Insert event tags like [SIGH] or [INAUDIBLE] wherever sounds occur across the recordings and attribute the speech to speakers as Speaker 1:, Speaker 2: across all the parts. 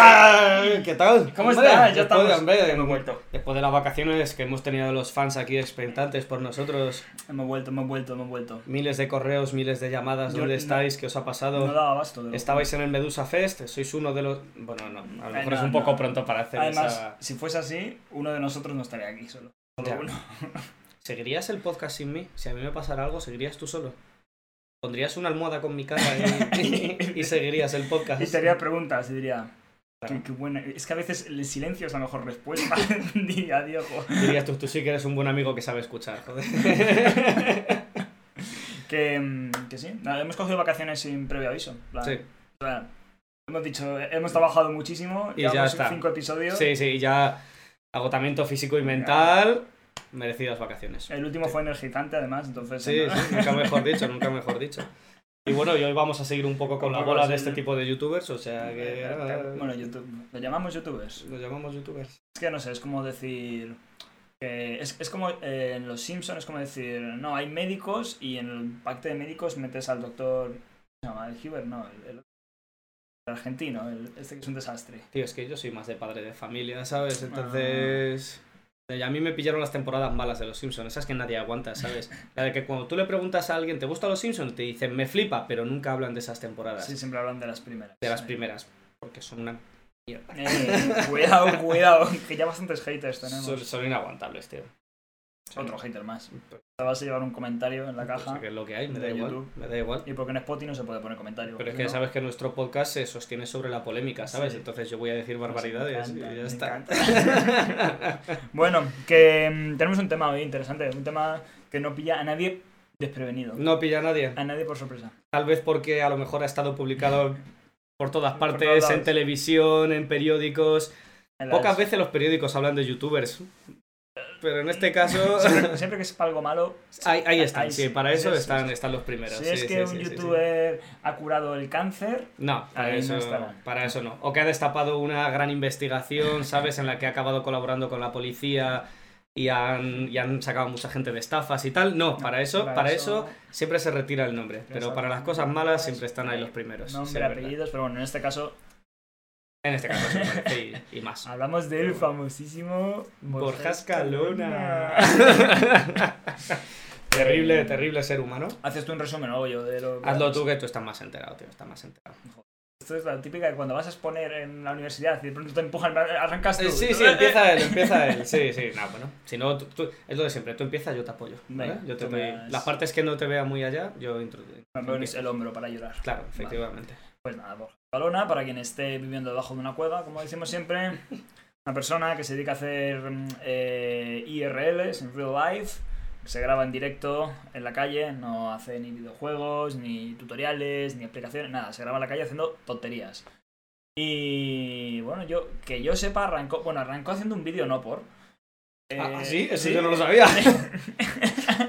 Speaker 1: Ah. ¿Qué tal?
Speaker 2: ¿Cómo estás?
Speaker 1: Hombre,
Speaker 2: Ya
Speaker 1: después de-
Speaker 2: estamos.
Speaker 1: hombre, de-
Speaker 2: Hemos vuelto.
Speaker 1: Después de las vacaciones que hemos tenido los fans aquí expectantes por nosotros,
Speaker 2: Hemos vuelto, hemos vuelto, hemos vuelto.
Speaker 1: miles de correos, miles de llamadas,
Speaker 2: Yo
Speaker 1: ¿dónde
Speaker 2: no-
Speaker 1: estáis? ¿Qué os ha pasado?
Speaker 2: No daba abasto. de lo-
Speaker 1: Estabais en el Medusa Fest, sois uno de los... Bueno, no, a lo
Speaker 2: Eh,
Speaker 1: mejor
Speaker 2: no,
Speaker 1: es un
Speaker 2: no.
Speaker 1: poco pronto para hacer
Speaker 2: Además,
Speaker 1: esa...
Speaker 2: si fuese así, uno de nosotros no estaría aquí solo. Solo
Speaker 1: Ya. [LAUGHS]
Speaker 2: uno.
Speaker 1: ¿Seguirías el podcast sin mí? Si a mí me pasara algo, ¿seguirías tú solo? ¿Pondrías una almohada con mi cara y, y seguirías el
Speaker 2: [LAUGHS]
Speaker 1: podcast?
Speaker 2: Y te haría preguntas y diría. Qué, qué buena. Es que a veces el silencio es la mejor
Speaker 1: [LAUGHS]
Speaker 2: respuesta. [LAUGHS] Diría Diego.
Speaker 1: Dirías tú, tú sí que eres un buen amigo que sabe escuchar,
Speaker 2: [LAUGHS]
Speaker 1: joder.
Speaker 2: Que, mm, que sí. Nada, hemos cogido vacaciones sin previo aviso. en plan,
Speaker 1: sí.
Speaker 2: en plan, hemos dicho, eh, hemos trabajado muchísimo.
Speaker 1: Y ya
Speaker 2: llevamos
Speaker 1: está.
Speaker 2: cinco episodios.
Speaker 1: Sí, sí, ya agotamiento físico y mental, merecidas vacaciones.
Speaker 2: El último
Speaker 1: Sí.
Speaker 2: fue energizante, además. Entonces.
Speaker 1: [LAUGHS] Sí,
Speaker 2: [LAUGHS] ¿no?
Speaker 1: sí, nunca mejor dicho, nunca mejor dicho. Y bueno, y hoy vamos a seguir un poco con la
Speaker 2: Tampoco
Speaker 1: bola
Speaker 2: sí.
Speaker 1: de este tipo de youtubers, o sea que... ah,
Speaker 2: Eh, Bueno, YouTube. Lo llamamos YouTubers.
Speaker 1: Lo llamamos youtubers.
Speaker 2: Es que no sé, es como decir. que es, es como eh, en Los Simpsons, es como decir, no, hay médicos y en el pacto de médicos metes al doctor. ¿Cómo se llama? El Huber, no, el, el- el argentino, el- este que es un desastre.
Speaker 1: Tío, es que yo soy más de padre de familia, ¿sabes? Entonces... y A mí me pillaron las temporadas malas de Los Simpsons, esas que nadie aguanta, ¿sabes? La de que cuando tú le preguntas a alguien, ¿te gusta Los Simpsons? Te dicen, me flipa, pero nunca hablan de esas temporadas,
Speaker 2: Sí, siempre hablan de las primeras.
Speaker 1: de las primeras, porque son una mierda.
Speaker 2: Eh, cuidado, [LAUGHS] cuidado, que ya bastantes haters tenemos.
Speaker 1: Son, son inaguantables, tío. Son-
Speaker 2: Otro hater más.
Speaker 1: Pues,
Speaker 2: Te vas a llevar un comentario en la
Speaker 1: pues,
Speaker 2: caja.
Speaker 1: que es lo que hay, me
Speaker 2: de
Speaker 1: da igual.
Speaker 2: YouTube.
Speaker 1: Me da igual.
Speaker 2: Y porque en Spotify no se puede poner comentario.
Speaker 1: Pero es
Speaker 2: si
Speaker 1: que
Speaker 2: no-
Speaker 1: sabes que nuestro podcast se sostiene sobre la polémica, ¿sabes?
Speaker 2: Sí. Pues
Speaker 1: Entonces yo voy a decir barbaridades
Speaker 2: encanta, [LAUGHS]
Speaker 1: y ya
Speaker 2: me
Speaker 1: está.
Speaker 2: Bueno, que mm, tenemos un tema hoy interesante, un tema que no pilla a nadie desprevenido.
Speaker 1: [LAUGHS] no pilla a nadie.
Speaker 2: A nadie por sorpresa.
Speaker 1: Tal vez porque a lo mejor ha estado publicado por todas
Speaker 2: Por todos
Speaker 1: partes, en
Speaker 2: lados.
Speaker 1: televisión, en periódicos.
Speaker 2: En las-
Speaker 1: Pocas veces los periódicos hablan de youtubers. Pero
Speaker 2: [LAUGHS]
Speaker 1: en este caso,
Speaker 2: Siempre, siempre que es algo
Speaker 1: [LAUGHS]
Speaker 2: malo.
Speaker 1: ahí, ahí están,
Speaker 2: Ahí
Speaker 1: sí,
Speaker 2: sí,
Speaker 1: para
Speaker 2: sí,
Speaker 1: eso
Speaker 2: sí,
Speaker 1: están,
Speaker 2: sí.
Speaker 1: están los primeros.
Speaker 2: si
Speaker 1: Ah, sí,
Speaker 2: es
Speaker 1: sí,
Speaker 2: que
Speaker 1: sí,
Speaker 2: un
Speaker 1: sí, sí.
Speaker 2: youtuber ha curado el cáncer.
Speaker 1: No, para
Speaker 2: Ahí no
Speaker 1: eso,
Speaker 2: estará.
Speaker 1: para eso no. O que ha destapado una gran investigación, ¿sabes? En la que ha acabado colaborando con la policía y han, y han sacado mucha gente de estafas y tal. No,
Speaker 2: No,
Speaker 1: para eso, para, eso, siempre se retira el nombre. Pero
Speaker 2: Exacto.
Speaker 1: para las cosas malas siempre están ahí los primeros. pues, sí,
Speaker 2: Nombre,
Speaker 1: es verdad.
Speaker 2: apellidos, pero bueno, en este caso
Speaker 1: En este caso, sí, parece, y, y
Speaker 2: [LAUGHS]
Speaker 1: más.
Speaker 2: hablamos del famosísimo
Speaker 1: Borja Escalona.
Speaker 2: Eh,
Speaker 1: [LAUGHS]
Speaker 2: [LAUGHS]
Speaker 1: terrible, terrible ser humano.
Speaker 2: ¿Haces tú un resumen o hago yo de lo que
Speaker 1: Hazlo
Speaker 2: haces?
Speaker 1: tú que tú estás más enterado, tío, estás más enterado.
Speaker 2: Esto es la típica de cuando vas a exponer en la universidad y de pronto te empujan, arrancas tú.
Speaker 1: Eh, sí, sí,
Speaker 2: Eh, eh,
Speaker 1: empieza él, empieza
Speaker 2: [LAUGHS]
Speaker 1: él. Sí, sí, no, bueno. Si no, tú, tú- es lo de siempre. Tú empiezas, yo te apoyo. ¿vale?
Speaker 2: Venga,
Speaker 1: yo te
Speaker 2: tú me
Speaker 1: doy-
Speaker 2: das-
Speaker 1: Las partes que no te vea muy allá, yo introduciré.
Speaker 2: Me pones el hombro para llorar.
Speaker 1: Claro, efectivamente.
Speaker 2: Pues nada, Borja Escalona, para quien esté viviendo debajo de una cueva, como decimos siempre, [LAUGHS] una persona que se dedica a hacer mm, eh, IRLs en real life, que se graba en directo en la calle, no hace ni videojuegos, ni tutoriales, ni explicaciones, nada, se graba en la calle haciendo tonterías. Y bueno, yo que yo sepa, arrancó, bueno, arrancó haciendo un vídeo no por. Eh,
Speaker 1: Ah, sí, eso yo no
Speaker 2: [LAUGHS]
Speaker 1: lo sabía.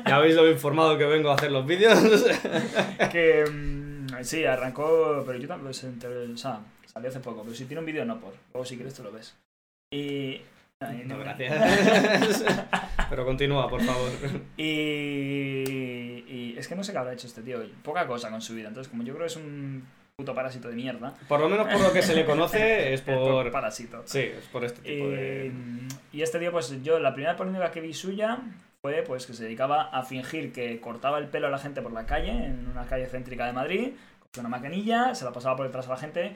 Speaker 1: ya habéis lo informado que vengo a hacer los vídeos. [LAUGHS]
Speaker 2: Eh, que mm, sí, arrancó, pero yo también se enteré, o sea, salió hace poco, pero si tiene un vídeo no por, luego si quieres tú lo ves. Y ay,
Speaker 1: no,
Speaker 2: no.
Speaker 1: gracias. [LAUGHS] Pero continúa, por favor.
Speaker 2: Y, y es que no sé qué habrá hecho este tío, poca cosa con su vida, entonces como yo creo que es un puto parásito de mierda,
Speaker 1: Por lo menos por lo que se le conoce
Speaker 2: [LAUGHS]
Speaker 1: es
Speaker 2: es por
Speaker 1: por...
Speaker 2: parásito.
Speaker 1: Sí, es por este tipo
Speaker 2: Eh,
Speaker 1: de...
Speaker 2: Y este tío, pues yo, la primera polémica que vi suya fue pues que se dedicaba a fingir que cortaba el pelo a la gente por la calle, en una calle céntrica de Madrid, con una maquinilla, se la pasaba por detrás a la gente,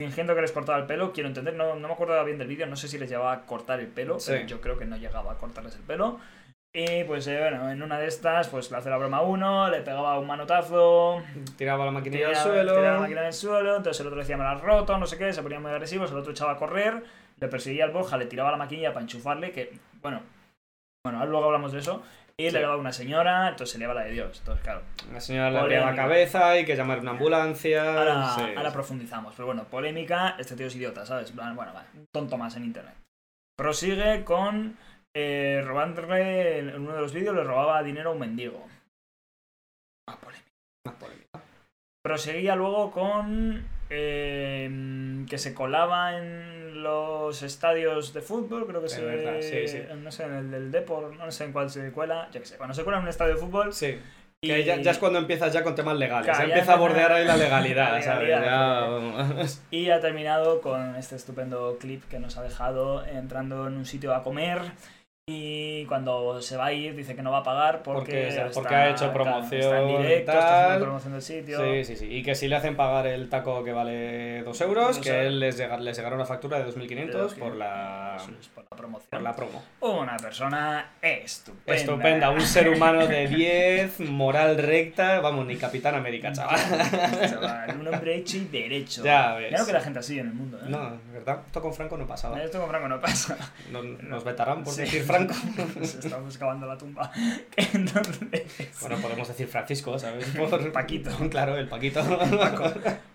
Speaker 2: fingiendo que les cortaba el pelo, quiero entender, no, no me acuerdo bien del vídeo, no sé si les llevaba a cortar el pelo,
Speaker 1: Sí.
Speaker 2: pero yo creo que no llegaba a cortarles el pelo. Y pues eh, bueno, en una de estas, pues le hace la broma a uno, le pegaba un manotazo,
Speaker 1: Tiraba la maquinilla al
Speaker 2: Tiraba-
Speaker 1: suelo.
Speaker 2: tiraba la máquina al suelo, entonces el otro decía me la has roto, no sé qué, se ponía muy agresivo, el otro echaba a correr, le perseguía al Borja, le tiraba la maquinilla para enchufarle, que, bueno, bueno, luego hablamos de eso, y
Speaker 1: Sí.
Speaker 2: le daba una señora, entonces se le daba la de Dios, entonces claro.
Speaker 1: La señora le
Speaker 2: Polémica.
Speaker 1: pega la cabeza, hay que llamar una ambulancia.
Speaker 2: Ahora,
Speaker 1: sí.
Speaker 2: ahora profundizamos, pero bueno, polémica, este tío es idiota, ¿sabes? En plan, Bueno, vale, un tonto más en internet. Prosigue con eh, robarle, en uno de los vídeos le robaba dinero a un mendigo. Ah, polémica.
Speaker 1: Más polémica.
Speaker 2: Proseguía luego con eh, que se colaba en los estadios de fútbol, creo que
Speaker 1: Es
Speaker 2: se
Speaker 1: verdad, sí, sí.
Speaker 2: no sé, en el del Depor, no sé en cuál se cuela, yo qué sé, cuando se cuela en un estadio de fútbol
Speaker 1: Sí, Que ya, ya es cuando empiezas ya con temas legales.
Speaker 2: Claro,
Speaker 1: ya
Speaker 2: ya
Speaker 1: empieza a
Speaker 2: empieza-
Speaker 1: bordear ahí la
Speaker 2: [LAUGHS]
Speaker 1: legalidad,
Speaker 2: La
Speaker 1: ¿sabes?
Speaker 2: legalidad,
Speaker 1: Ya, vamos.
Speaker 2: Y ha terminado con este estupendo clip que nos ha dejado entrando en un sitio a comer. Y cuando se va a ir, dice que no va a pagar porque,
Speaker 1: Porque-
Speaker 2: está-
Speaker 1: porque ha
Speaker 2: está- Está
Speaker 1: hecho
Speaker 2: en
Speaker 1: promoción y
Speaker 2: directo, está
Speaker 1: tal.
Speaker 2: haciendo promoción del sitio.
Speaker 1: Sí, sí, sí. Y que si le hacen pagar el taco que vale 2 euros,
Speaker 2: Dos
Speaker 1: que
Speaker 2: euros.
Speaker 1: él les, llega- les llegará una factura de 2.500
Speaker 2: Pero
Speaker 1: por
Speaker 2: que-
Speaker 1: la,
Speaker 2: Eso es por la promoción.
Speaker 1: por la promo.
Speaker 2: Una persona estupenda. [LAUGHS]
Speaker 1: Estupenda, un ser humano de 10, moral recta, vamos, ni Capitán
Speaker 2: [LAUGHS]
Speaker 1: América, chaval.
Speaker 2: Chaval, un hombre hecho y derecho.
Speaker 1: Ya ves.
Speaker 2: Ya no queda gente así en el mundo, ¿eh?
Speaker 1: No, es ¿verdad? Esto con Franco no pasaba.
Speaker 2: Esto con Franco no pasa.
Speaker 1: No- Nos vetarán por
Speaker 2: Sí.
Speaker 1: decir
Speaker 2: [LAUGHS]
Speaker 1: Franco.
Speaker 2: Estamos cavando la tumba. [LAUGHS] Entonces,
Speaker 1: Bueno, podemos decir
Speaker 2: [LAUGHS]
Speaker 1: Francisco, ¿sabes? Por
Speaker 2: Paquito.
Speaker 1: [LAUGHS] Claro, el Paquito.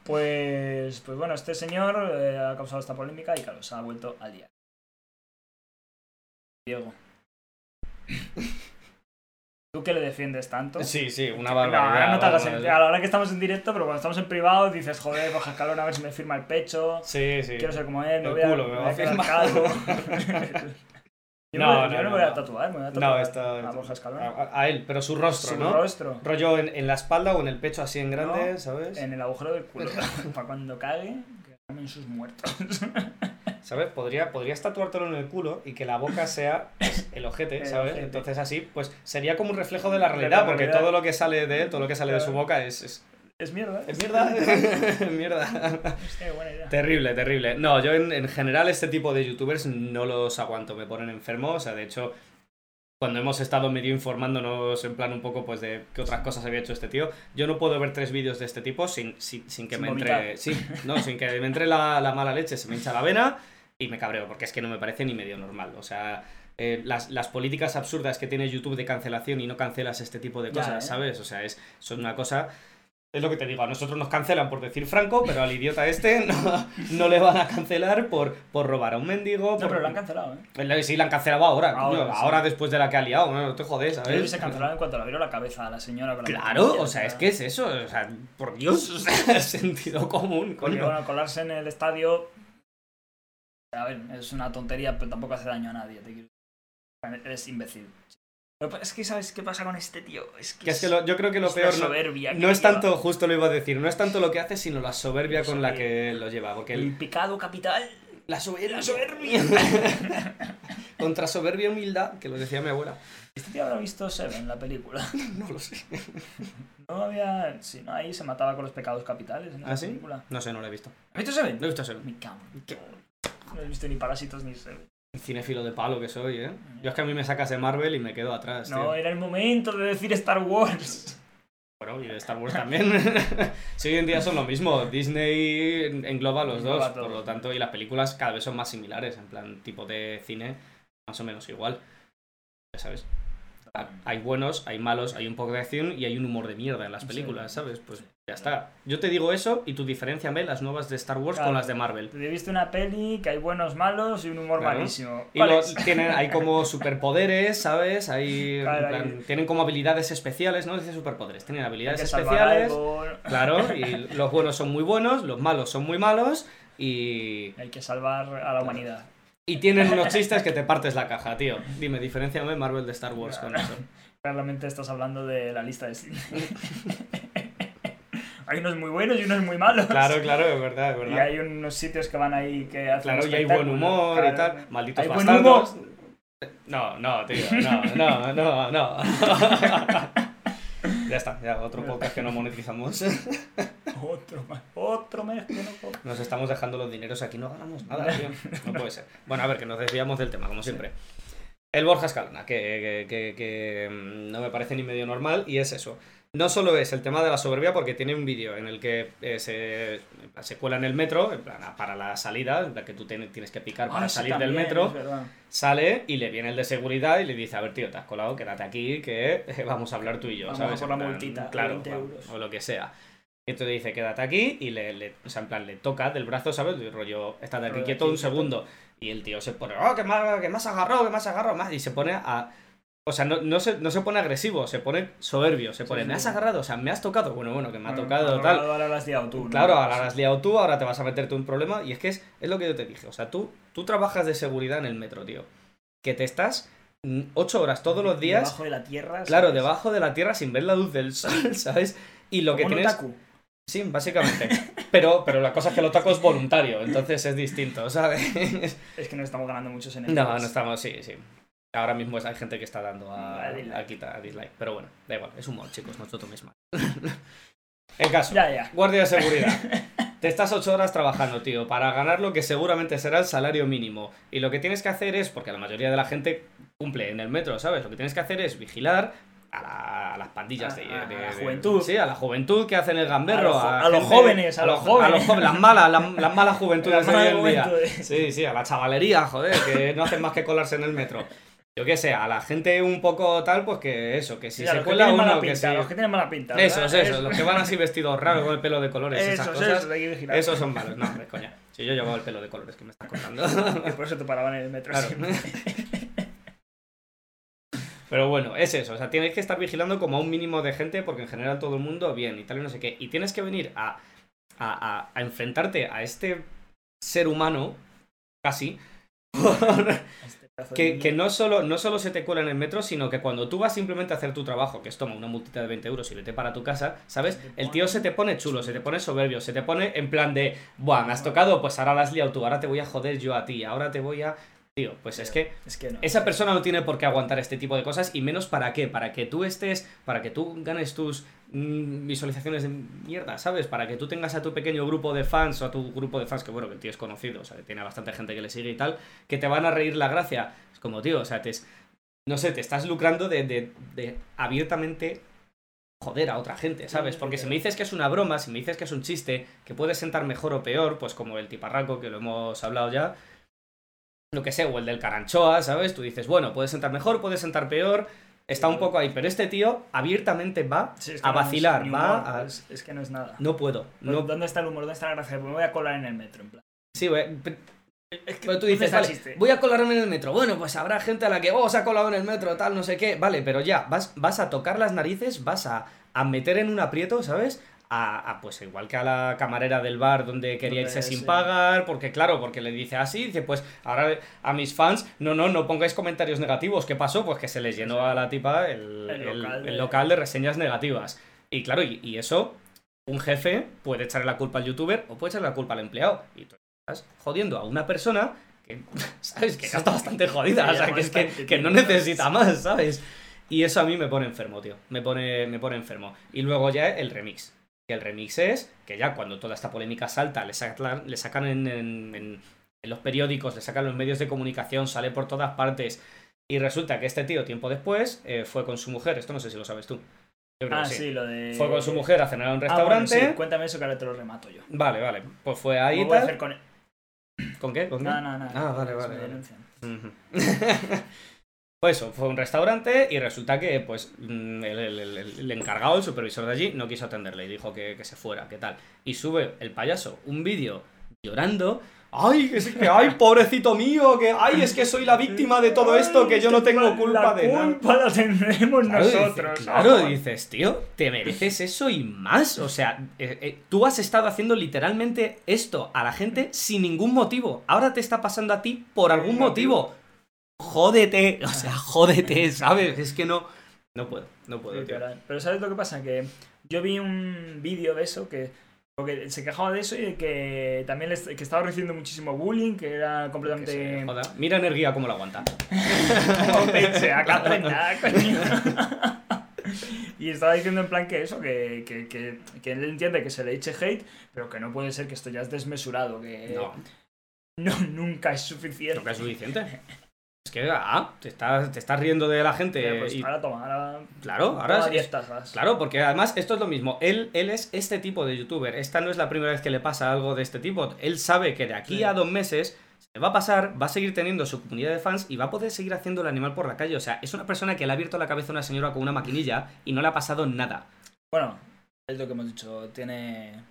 Speaker 2: pues, pues bueno, este señor eh, ha causado esta polémica y claro, se ha vuelto al día. Diego. ¿Tú que le defiendes tanto?
Speaker 1: Sí, sí, una
Speaker 2: No, ahora
Speaker 1: barbaridad.
Speaker 2: no te hagas
Speaker 1: vamos.
Speaker 2: en- a la hora que estamos en directo, pero cuando estamos en privado dices, joder, Borja Escalón, a ver si me firma el pecho,
Speaker 1: Sí, sí.
Speaker 2: quiero ser como él, me
Speaker 1: El
Speaker 2: voy a,
Speaker 1: culo me
Speaker 2: me
Speaker 1: va
Speaker 2: voy a
Speaker 1: a
Speaker 2: quedar
Speaker 1: firmar.
Speaker 2: calvo.
Speaker 1: [LAUGHS]
Speaker 2: yo
Speaker 1: No,
Speaker 2: me,
Speaker 1: no,
Speaker 2: yo me
Speaker 1: no,
Speaker 2: voy
Speaker 1: no.
Speaker 2: a tatuar, me voy a tatuar
Speaker 1: No, está.
Speaker 2: a Borja Escalón.
Speaker 1: A, a él, pero su rostro,
Speaker 2: Su
Speaker 1: ¿no?
Speaker 2: rostro.
Speaker 1: Rollo en, en la espalda o en el pecho así en grande,
Speaker 2: No,
Speaker 1: ¿sabes?
Speaker 2: En el agujero del
Speaker 1: [LAUGHS]
Speaker 2: culo. para cuando cague, que comen sus muertos.
Speaker 1: ¿Sabes? Podría, podrías tatuártelo en el culo y que la boca sea
Speaker 2: [LAUGHS]
Speaker 1: pues, el ojete,
Speaker 2: El
Speaker 1: ¿sabes?
Speaker 2: ojete.
Speaker 1: Entonces así, pues sería como un reflejo de la
Speaker 2: De la
Speaker 1: realidad, porque
Speaker 2: realidad.
Speaker 1: todo lo que sale de él, todo lo que sale de su
Speaker 2: Claro.
Speaker 1: boca es, es,
Speaker 2: Es mierda. [LAUGHS]
Speaker 1: es mierda, [LAUGHS] es mierda.
Speaker 2: Hostia, qué buena idea.
Speaker 1: Terrible, terrible. No, yo en, en general este tipo de youtubers no los aguanto, me ponen enfermo, o sea, de hecho... Cuando hemos estado medio informándonos en plan un poco pues de qué otras cosas había hecho este tío, yo no puedo ver tres vídeos de este tipo sin, sin, sin que
Speaker 2: Sin
Speaker 1: me
Speaker 2: vomitar. [LAUGHS]
Speaker 1: entre. Sí, no, sin que me entre la, la mala leche, se me hincha la vena y me cabreo, porque es que no me parece ni medio normal. O sea, eh, las, las políticas absurdas que tiene YouTube de cancelación y no cancelas este tipo de
Speaker 2: Ya,
Speaker 1: cosas,
Speaker 2: ¿eh?
Speaker 1: ¿sabes? O sea, es, son una cosa. Es lo que te digo, a nosotros nos cancelan por decir Franco, pero al idiota este [LAUGHS] no, no le van a cancelar por, por robar a un mendigo.
Speaker 2: No,
Speaker 1: por-
Speaker 2: pero
Speaker 1: [LAUGHS]
Speaker 2: lo han cancelado, ¿eh?
Speaker 1: Eh, Sí, la han cancelado ahora, coño,
Speaker 2: Ahora,
Speaker 1: ahora,
Speaker 2: sí.
Speaker 1: después de la que ha liado, no, no te jodes,
Speaker 2: Yo lo hubiese
Speaker 1: ¿sabes?
Speaker 2: cancelado en cuanto le abrió la cabeza a la señora con la
Speaker 1: Claro,
Speaker 2: motosierra.
Speaker 1: o sea, es que es eso, o sea, por Dios, [LAUGHS] o sea, sentido común,
Speaker 2: Porque,
Speaker 1: coño.
Speaker 2: bueno, colarse en el estadio. A ver, es una tontería, pero tampoco hace daño a nadie. Te quiero- Eres imbécil. Pero es que, ¿sabes qué pasa con este tío? Es que,
Speaker 1: Que es que lo- yo creo que lo
Speaker 2: es una
Speaker 1: peor no,
Speaker 2: soberbia. que
Speaker 1: No es
Speaker 2: lleva.
Speaker 1: tanto, justo lo iba a decir, no es tanto lo que hace, sino la soberbia con la que lo lleva. Porque el-
Speaker 2: El picado capital.
Speaker 1: la soberbia, la
Speaker 2: [LAUGHS]
Speaker 1: soberbia. Contra soberbia y humildad, que lo decía mi abuela.
Speaker 2: Este tío habrá visto Seven, la película. [LAUGHS]
Speaker 1: No lo sé.
Speaker 2: No había. Si no, ahí se mataba con los pecados capitales en la
Speaker 1: ¿Ah, sí?
Speaker 2: película.
Speaker 1: No sé, no lo he visto.
Speaker 2: ¿Has visto Seven?
Speaker 1: No he visto solo.
Speaker 2: Me cago en
Speaker 1: ¿Qué?
Speaker 2: todo. No he visto ni Parásitos ni Seven.
Speaker 1: Cinefilo de palo que soy, ¿eh? Yo es que a mí me sacas de Marvel y me quedo atrás,
Speaker 2: No, eh.
Speaker 1: tío.
Speaker 2: era el momento de decir Star Wars.
Speaker 1: Bueno, y de Star Wars también. [LAUGHS] sí, hoy en día son lo mismo. Disney engloba los
Speaker 2: Engloba
Speaker 1: dos,
Speaker 2: todo.
Speaker 1: por lo tanto, y las películas cada vez son más similares, en plan, tipo de cine, más o menos igual. Ya sabes. Ah, hay buenos, hay malos, hay un poco de acción y hay un humor de mierda en las
Speaker 2: Sí.
Speaker 1: películas, ¿sabes? Pues ya está. Yo te digo eso y tú diferenciame las nuevas de Star Wars
Speaker 2: Claro.
Speaker 1: con las de Marvel.
Speaker 2: Te viste una peli que hay buenos, malos y un humor
Speaker 1: Claro.
Speaker 2: malísimo.
Speaker 1: Y
Speaker 2: ¿Cuál
Speaker 1: lo-
Speaker 2: es?
Speaker 1: tienen, hay como superpoderes, ¿sabes? Hay, en
Speaker 2: Claro,
Speaker 1: plan,
Speaker 2: hay-
Speaker 1: tienen como habilidades especiales, no dice superpoderes, tienen
Speaker 2: Hay
Speaker 1: habilidades
Speaker 2: que salvar
Speaker 1: especiales.
Speaker 2: algo,
Speaker 1: Claro, y los buenos son muy buenos, los malos son muy malos y,
Speaker 2: Hay que salvar a la humanidad.
Speaker 1: y tienen unos chistes que te partes la caja, tío. Dime, diferenciame Marvel de Star Wars con eso.
Speaker 2: Claramente estás hablando de la lista de
Speaker 1: [LAUGHS]
Speaker 2: cine. hay unos muy buenos y unos muy malos.
Speaker 1: Claro, claro, es verdad, es verdad.
Speaker 2: Y hay unos sitios que van ahí que hacen
Speaker 1: Claro, y hay buen
Speaker 2: espectáculo.
Speaker 1: humor y
Speaker 2: Claro.
Speaker 1: tal. Malditos
Speaker 2: Hay buen
Speaker 1: bastardos. No, no, tío, no, no, no, no. [LAUGHS] ya está, ya otro podcast que no monetizamos. [LAUGHS]
Speaker 2: Otro más. Otro mes que no como.
Speaker 1: Nos estamos dejando los dineros aquí, no
Speaker 2: [LAUGHS]
Speaker 1: ganamos nada, tío. No puede ser. Bueno, a ver, que nos desviamos del tema, como siempre. El Borja Escalona, que, que- que- que, mm, no me parece ni medio normal, y es eso. No solo es el tema de la soberbia, porque tiene un vídeo en el que eh, se, se cuela en el metro, en plan, para la salida, en plan que tú ten- tienes que picar para
Speaker 2: Ah, sí,
Speaker 1: salir del
Speaker 2: también,
Speaker 1: metro.
Speaker 2: es verdad.
Speaker 1: Sale y le viene el de seguridad y le dice, a ver tío, te has colado, quédate aquí, que eh, vamos a hablar tú y yo,
Speaker 2: Vamos a
Speaker 1: ¿sabes?
Speaker 2: por la
Speaker 1: En plan,
Speaker 2: multita,
Speaker 1: claro,
Speaker 2: 20
Speaker 1: va,
Speaker 2: euros.
Speaker 1: o lo que sea. Y entonces dice, quédate aquí y le, le- o sea, en plan, le toca del brazo, ¿sabes? Y rollo, estate aquí
Speaker 2: Rollo
Speaker 1: quieto
Speaker 2: aquí,
Speaker 1: un
Speaker 2: quieto.
Speaker 1: segundo. Y el tío se pone, oh, que más, que más agarró, que más agarró, más. Y se pone a... O sea, no, no, se, no se pone agresivo, se pone soberbio, se pone,
Speaker 2: sí.
Speaker 1: me has agarrado, o sea, me has tocado. Bueno, bueno, que me ha
Speaker 2: Bueno,
Speaker 1: tocado,
Speaker 2: ahora-
Speaker 1: tal.
Speaker 2: Ahora lo has liado tú. ¿no?
Speaker 1: Claro, ahora la has liado tú, ahora te vas a meterte un problema. Y es que es, es lo que yo te dije. O sea, tú, tú trabajas de seguridad en el metro, tío. Que te estás 8 horas todos los días.
Speaker 2: Debajo de la tierra. ¿sabes?
Speaker 1: Claro, debajo de la tierra sin ver la luz del sol, [LAUGHS] ¿sabes? Y lo
Speaker 2: Como
Speaker 1: que
Speaker 2: un
Speaker 1: tienes.
Speaker 2: otaku.
Speaker 1: Sí, básicamente. Pero, pero la cosa es que el otaku es voluntario, entonces es distinto, [LAUGHS] ¿sabes?
Speaker 2: Es que no estamos ganando muchos enemigos.
Speaker 1: No, no estamos, sí, sí. Ahora mismo es- hay gente que está dando a,
Speaker 2: A dislike.
Speaker 1: a quitar a dislike. Pero bueno, da igual, es humor, chicos, no os lo toméis mal. [LAUGHS] El caso,
Speaker 2: Ya, ya.
Speaker 1: guardia de seguridad. Te estás ocho horas trabajando, tío, para ganar lo que seguramente será el salario mínimo. Y lo que tienes que hacer es, porque la mayoría de la gente cumple en el metro, ¿sabes? Lo que tienes que hacer es vigilar a, la- a las pandillas
Speaker 2: A-
Speaker 1: de,
Speaker 2: a-
Speaker 1: de-
Speaker 2: a la
Speaker 1: de-
Speaker 2: juventud.
Speaker 1: Sí, a la juventud que hacen el gamberro.
Speaker 2: A los jo- a los jóvenes, a los
Speaker 1: jo-
Speaker 2: jóvenes.
Speaker 1: jóvenes, las malas, las,
Speaker 2: [LAUGHS]
Speaker 1: las
Speaker 2: La
Speaker 1: malas juventudes de
Speaker 2: mano
Speaker 1: hoy
Speaker 2: del
Speaker 1: en día.
Speaker 2: momento [LAUGHS] de-
Speaker 1: Sí, sí, a la chavalería, joder, que no hacen más que colarse en el metro. Yo qué sé, a la gente un poco tal, pues que eso, que si
Speaker 2: Sí, a
Speaker 1: se
Speaker 2: los que
Speaker 1: cuela
Speaker 2: tienen mala
Speaker 1: uno, que
Speaker 2: pinta,
Speaker 1: sí.
Speaker 2: los que tienen mala pinta.
Speaker 1: Esos,
Speaker 2: ¿verdad?
Speaker 1: esos, los que van así vestidos raros con el pelo de colores, esas
Speaker 2: Esos,
Speaker 1: cosas.
Speaker 2: esos, hay que vigilar.
Speaker 1: Esos son malos, no, hombre, coña. Si yo llevaba el pelo de colores que me estás contando.
Speaker 2: [LAUGHS] Y por eso te paraban en el metro
Speaker 1: Claro.
Speaker 2: siempre.
Speaker 1: [LAUGHS] Pero bueno, es eso. O sea, tienes que estar vigilando como a un mínimo de gente, porque en general todo el mundo bien y tal y no sé qué. Y tienes que venir a, a, a- a enfrentarte a este ser humano, casi,
Speaker 2: Este pedazo de
Speaker 1: que,
Speaker 2: niño.
Speaker 1: que no, solo, no solo se te cuela en el metro, sino que cuando tú vas simplemente a hacer tu trabajo, que es toma una multita de 20 euros y vete para tu casa, ¿sabes?
Speaker 2: Se te
Speaker 1: El
Speaker 2: pone-
Speaker 1: tío se te pone chulo, se te pone soberbio, se te pone en plan de, buah, me has tocado, pues ahora la has liado tú, ahora te voy a joder yo a ti, ahora te voy a... Tío, pues es que
Speaker 2: Es que no.
Speaker 1: esa persona no tiene por qué aguantar este tipo de cosas y menos para qué, para que tú estés, para que tú ganes tus mm, visualizaciones de mierda, ¿sabes? Para que tú tengas a tu pequeño grupo de fans o a tu grupo de fans, que bueno, que el tío es conocido, o sea, que tiene bastante gente que le sigue y tal, que te van a reír la gracia. Es como, tío, o sea, te, es- no sé, te estás lucrando de, de- de abiertamente joder a otra gente, ¿sabes? Porque si me dices que es una broma, si me dices que es un chiste, que puede sentar mejor o peor, pues como el tiparraco, que lo hemos hablado ya, lo que sé, o el del caranchoa, ¿sabes? Tú dices, bueno, puede sentar mejor, puede sentar peor, está un poco ahí, pero este tío abiertamente va,
Speaker 2: Sí, es
Speaker 1: a
Speaker 2: no es
Speaker 1: vacilar,
Speaker 2: ni
Speaker 1: va
Speaker 2: humor,
Speaker 1: a-
Speaker 2: Es, es que no es nada.
Speaker 1: no puedo, no...
Speaker 2: ¿Dónde está el humor? ¿Dónde está la gracia? Pues me voy a colar en el metro, en plan.
Speaker 1: Sí, güey, pe-
Speaker 2: Es que
Speaker 1: Pero
Speaker 2: ¿dónde
Speaker 1: tú dices,
Speaker 2: está el
Speaker 1: vale,
Speaker 2: chiste?
Speaker 1: voy a colarme en el metro. Bueno, pues habrá gente a la que, oh, se ha colado en el metro, tal, no sé qué. Vale, pero ya, vas, vas a tocar las narices, vas a, a meter en un aprieto, ¿sabes? A, a, pues igual que a la camarera del bar donde quería
Speaker 2: Donde,
Speaker 1: irse sin
Speaker 2: sí.
Speaker 1: pagar, porque claro, porque le dice así, dice, pues ahora a mis fans, no, no, no pongáis comentarios negativos. ¿Qué pasó? Pues que se les llenó a la tipa
Speaker 2: El
Speaker 1: el, el-
Speaker 2: local de-
Speaker 1: el local de reseñas negativas. Y claro, y, y eso, un jefe puede echarle la culpa al youtuber o puede echarle la culpa al empleado. Y tú estás jodiendo a una persona que, [LAUGHS] ¿sabes? Que ya está bastante jodida,
Speaker 2: Sí,
Speaker 1: o sea,
Speaker 2: ya
Speaker 1: que es que,
Speaker 2: bastante
Speaker 1: que no
Speaker 2: tiene,
Speaker 1: necesita más, ¿sabes? Y eso a mí me pone enfermo, tío. Me pone, me pone enfermo. Y luego ya el remix. Que el remix es que ya cuando toda esta polémica salta, le sacan, le sacan en, en- en- en los periódicos, le sacan en los medios de comunicación, sale por todas partes. Y resulta que este tío, tiempo después, eh, fue con su mujer. Esto no sé si lo sabes tú. Yo creo
Speaker 2: Ah,
Speaker 1: que
Speaker 2: sí. lo de.
Speaker 1: Fue con su mujer a cenar a un
Speaker 2: Ah, bueno,
Speaker 1: restaurante.
Speaker 2: sí, cuéntame eso que ahora te lo remato yo.
Speaker 1: Vale, vale. Pues fue ahí.
Speaker 2: ¿Cómo voy a
Speaker 1: tal.
Speaker 2: hacer con e-
Speaker 1: ¿Con qué? ¿Con qué?
Speaker 2: No, no, no.
Speaker 1: Ah, vale,
Speaker 2: se
Speaker 1: vale,
Speaker 2: me
Speaker 1: vale.
Speaker 2: denuncian.
Speaker 1: Ujú. [LAUGHS] Pues eso, fue a un restaurante y resulta que pues mm, el, el- el- el- el encargado, el supervisor de allí, no quiso atenderle y dijo que, que se fuera, que tal. Y sube el payaso un vídeo llorando. ¡Ay, que, sí, que ay, pobrecito mío! Que ay, es que soy la víctima de todo esto, que yo no tengo culpa de
Speaker 2: este La
Speaker 1: nada.
Speaker 2: culpa la tendremos
Speaker 1: Claro, dice-
Speaker 2: nosotros.
Speaker 1: claro,
Speaker 2: ojo.
Speaker 1: dices, tío, te mereces eso y más. O sea, eh, eh, tú has estado haciendo literalmente esto a la gente sin ningún motivo. Ahora te está pasando a ti por algún motivo. Jódete, o sea, jódete, ¿sabes? Es que no. No puedo, no puedo, tío.
Speaker 2: Literal. Pero ¿sabes lo que pasa? Que yo vi un vídeo de eso que porque se quejaba de eso y de que también les- que estaba recibiendo muchísimo bullying, que era
Speaker 1: Que se
Speaker 2: completamente... [LAUGHS]
Speaker 1: joda. Mira energía cómo la aguanta.
Speaker 2: Como
Speaker 1: [LAUGHS]
Speaker 2: pensé, acá prenda, coño. [LAUGHS] Y estaba diciendo en plan que eso, que, que, que, que él entiende que se le eche hate, pero que no puede ser que esto ya es desmesurado, que
Speaker 1: No,
Speaker 2: [LAUGHS] no, nunca es suficiente.
Speaker 1: nunca es
Speaker 2: eh.
Speaker 1: suficiente. Es que, ah, te estás, te estás riendo de la gente.
Speaker 2: Eh, pues
Speaker 1: y,
Speaker 2: ahora toma, ahora...
Speaker 1: claro,
Speaker 2: toma
Speaker 1: ahora es,
Speaker 2: 10 tazas.
Speaker 1: Claro, porque además esto es lo mismo. Él, él es este tipo de youtuber. Esta no es la primera vez que le pasa algo de este tipo. Él sabe que de aquí
Speaker 2: Sí.
Speaker 1: a dos meses se le va a pasar, va a seguir teniendo su comunidad de fans y va a poder seguir haciendo el animal por la calle. O sea, es una persona que le ha abierto la cabeza a una señora con una maquinilla y no le ha pasado nada.
Speaker 2: Bueno, es lo que hemos dicho, tiene...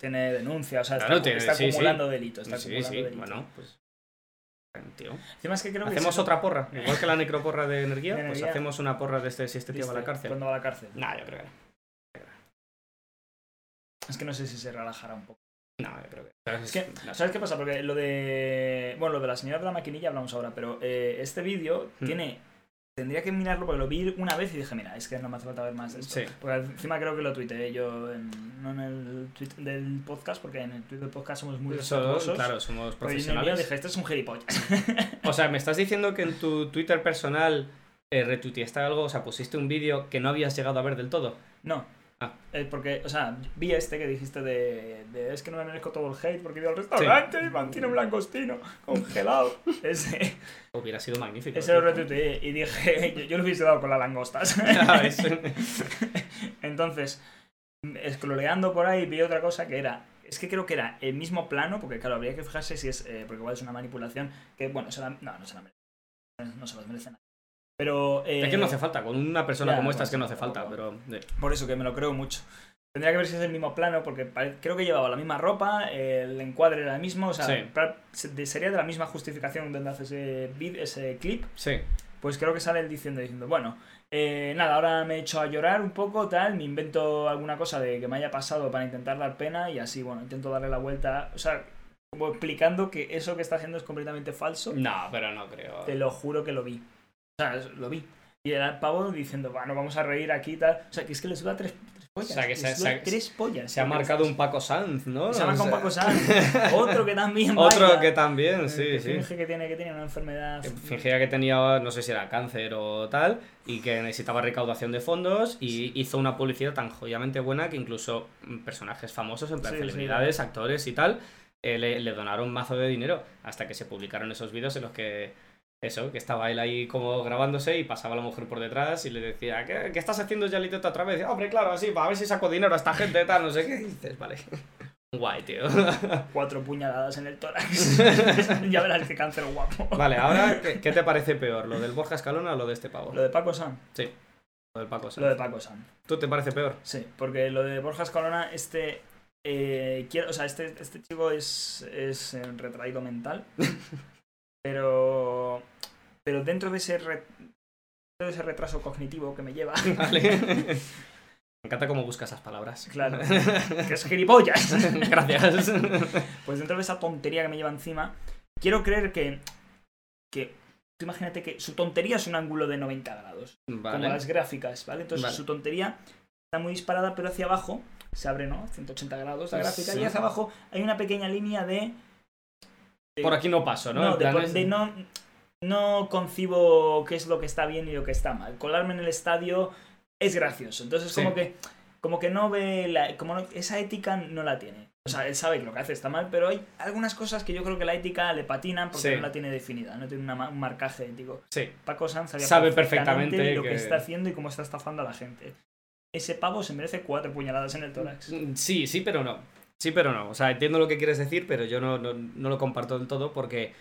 Speaker 2: Tiene denuncia, o sea,
Speaker 1: Claro,
Speaker 2: está,
Speaker 1: tiene-
Speaker 2: está
Speaker 1: sí, sí.
Speaker 2: acumulando delitos. Está
Speaker 1: sí,
Speaker 2: acumulando
Speaker 1: sí,
Speaker 2: delitos.
Speaker 1: bueno, pues. Tío.
Speaker 2: Encima es que creo que
Speaker 1: Hacemos
Speaker 2: ese-
Speaker 1: otra porra. Igual que la necroporra de energía,
Speaker 2: De
Speaker 1: pues
Speaker 2: energía.
Speaker 1: hacemos una porra de este si este tío va a la
Speaker 2: ¿Viste?
Speaker 1: cárcel.
Speaker 2: ¿Cuándo va a la cárcel?
Speaker 1: Nah, yo creo que no.
Speaker 2: Es que no sé si se relajará un poco.
Speaker 1: No, yo creo que. pero
Speaker 2: Es que, ¿sabes qué pasa? Porque lo de. Bueno, lo de la señora de la maquinilla hablamos ahora, pero eh, este vídeo
Speaker 1: Hmm.
Speaker 2: tiene Tendría que mirarlo porque lo vi una vez y dije, mira, es que no me hace falta ver más de esto.
Speaker 1: Sí.
Speaker 2: Porque encima creo que lo tuiteé yo, en- no en el tweet del podcast, porque en el tweet del podcast somos muy
Speaker 1: Eso,
Speaker 2: respetuosos.
Speaker 1: claro, somos
Speaker 2: Pero yo en el mío
Speaker 1: profesionales.
Speaker 2: dije, este es un gilipollas.
Speaker 1: O sea, me estás diciendo que en tu Twitter personal eh, retuiteaste algo, o sea, pusiste un vídeo que no habías llegado a ver del todo.
Speaker 2: No.
Speaker 1: Ah.
Speaker 2: Eh, porque, o sea, vi este que dijiste de, de, es que no me merezco todo el hate porque he ido al restaurante y mantiene un langostino congelado.
Speaker 1: [LAUGHS]
Speaker 2: Ese,
Speaker 1: Hubiera sido magnífico.
Speaker 2: ese lo
Speaker 1: [LAUGHS]
Speaker 2: retuiteé y dije, [LAUGHS] yo, yo lo hubiese dado con las langostas.
Speaker 1: ¿Sabes?
Speaker 2: [LAUGHS] Entonces, escroleando por ahí, vi otra cosa que era. Es que creo que era el mismo plano, porque claro, habría que fijarse si es. eh, porque igual es una manipulación. Que bueno, se la- no, no se la merecen. No se los merecen. Pero. eh,
Speaker 1: Es que no hace falta, con una persona
Speaker 2: ya,
Speaker 1: como
Speaker 2: bueno,
Speaker 1: esta es que no hace
Speaker 2: sí,
Speaker 1: falta, pero...
Speaker 2: tampoco.
Speaker 1: eh,
Speaker 2: Por eso que me lo creo mucho. Tendría que ver si es el mismo plano, porque pare- creo que llevaba la misma ropa, el encuadre era el mismo, o sea,
Speaker 1: Sí.
Speaker 2: pra- se- de- sería de la misma justificación donde hace ese, vid- ese clip.
Speaker 1: Sí,
Speaker 2: Pues creo que sale él diciendo, diciendo, bueno, eh, nada, ahora me he hecho a llorar un poco, tal, me invento alguna cosa de que me haya pasado para intentar dar pena y así, bueno, intento darle la vuelta, o sea, como explicando que eso que está haciendo es completamente falso,
Speaker 1: no, pero no creo.
Speaker 2: te lo juro que lo vi, o sea, es- lo vi. Y era el pavo diciendo, bueno, vamos a reír aquí, tal, o sea, que es que le suda tres, tres
Speaker 1: O
Speaker 2: pollas,
Speaker 1: sea, que
Speaker 2: les
Speaker 1: se-
Speaker 2: suda
Speaker 1: se-
Speaker 2: tres pollas.
Speaker 1: Se ha marcado un Paco Sanz, ¿no?
Speaker 2: Se ha marcado un
Speaker 1: O sea,
Speaker 2: Paco
Speaker 1: [LAUGHS]
Speaker 2: Sanz, otro que también
Speaker 1: Otro
Speaker 2: baila,
Speaker 1: que
Speaker 2: eh,
Speaker 1: también, sí,
Speaker 2: que
Speaker 1: sí.
Speaker 2: finge que tiene, que tiene una enfermedad...
Speaker 1: Que Fingía que tenía, no sé si era cáncer o tal, y que necesitaba recaudación de fondos, y hizo una publicidad tan jodidamente buena que incluso mm, personajes famosos, en plan
Speaker 2: Sí, sí.
Speaker 1: celebridades, actores y tal, eh, le, le donaron un mazo de dinero hasta que se publicaron esos vídeos en los que eso, que estaba él ahí como grabándose y pasaba la mujer por detrás y le decía, ¿qué, qué estás haciendo ya liteta otra vez? Y, Hombre, claro, así, para ver si saco dinero a esta gente, tal, no sé qué. Y dices, vale. [LAUGHS] Guay, tío. [LAUGHS]
Speaker 2: cuatro puñaladas en el tórax. [LAUGHS] ya verás qué cáncer guapo.
Speaker 1: vale, ahora, ¿qué, qué te parece peor? ¿Lo del Borja Escalona o lo de este pavo?
Speaker 2: Lo de Paco San.
Speaker 1: Lo del Paco Sanz.
Speaker 2: Lo de Paco San.
Speaker 1: ¿Tú te parece
Speaker 2: [LAUGHS]
Speaker 1: peor?
Speaker 2: Sí, porque lo de Borja Escalona, este. eh, quiero, o sea, este, este chico es, es eh, retraído mental. pero. Pero dentro de ese, re- dentro de ese retraso cognitivo que me lleva.
Speaker 1: Vale. Me encanta cómo buscas esas palabras.
Speaker 2: Claro. [LAUGHS] que es gilipollas.
Speaker 1: [LAUGHS] Gracias.
Speaker 2: Pues dentro de esa tontería que me lleva encima, quiero creer que. que tú imagínate que su tontería es un ángulo de 90 grados. como
Speaker 1: Vale.
Speaker 2: las gráficas, ¿vale? Entonces
Speaker 1: Vale.
Speaker 2: su tontería está muy disparada, pero hacia abajo se abre, ¿no? 180 grados la
Speaker 1: Sí.
Speaker 2: gráfica y hacia abajo hay una pequeña línea de... de-
Speaker 1: Por aquí no paso, ¿no?
Speaker 2: No,
Speaker 1: En
Speaker 2: de,
Speaker 1: plan,
Speaker 2: por-
Speaker 1: es-
Speaker 2: de no, no concibo qué es lo que está bien y lo que está mal. Colarme en el estadio es gracioso. Entonces
Speaker 1: Sí.
Speaker 2: como que como que no ve la, como no- esa ética no la tiene. O sea, él sabe que lo que hace está mal, pero hay algunas cosas que yo creo que la ética le patinan porque
Speaker 1: Sí.
Speaker 2: no la tiene definida, no tiene una ma- un marcaje ético.
Speaker 1: Sí,
Speaker 2: Paco Sanz sabía
Speaker 1: Sabe perfectamente
Speaker 2: lo que...
Speaker 1: que-
Speaker 2: está haciendo y cómo está estafando a la gente. Ese pavo se merece cuatro puñaladas en el tórax.
Speaker 1: Mm, sí, sí, pero no. Sí, pero no. O sea, entiendo lo que quieres decir, pero yo no, no, no lo comparto del todo porque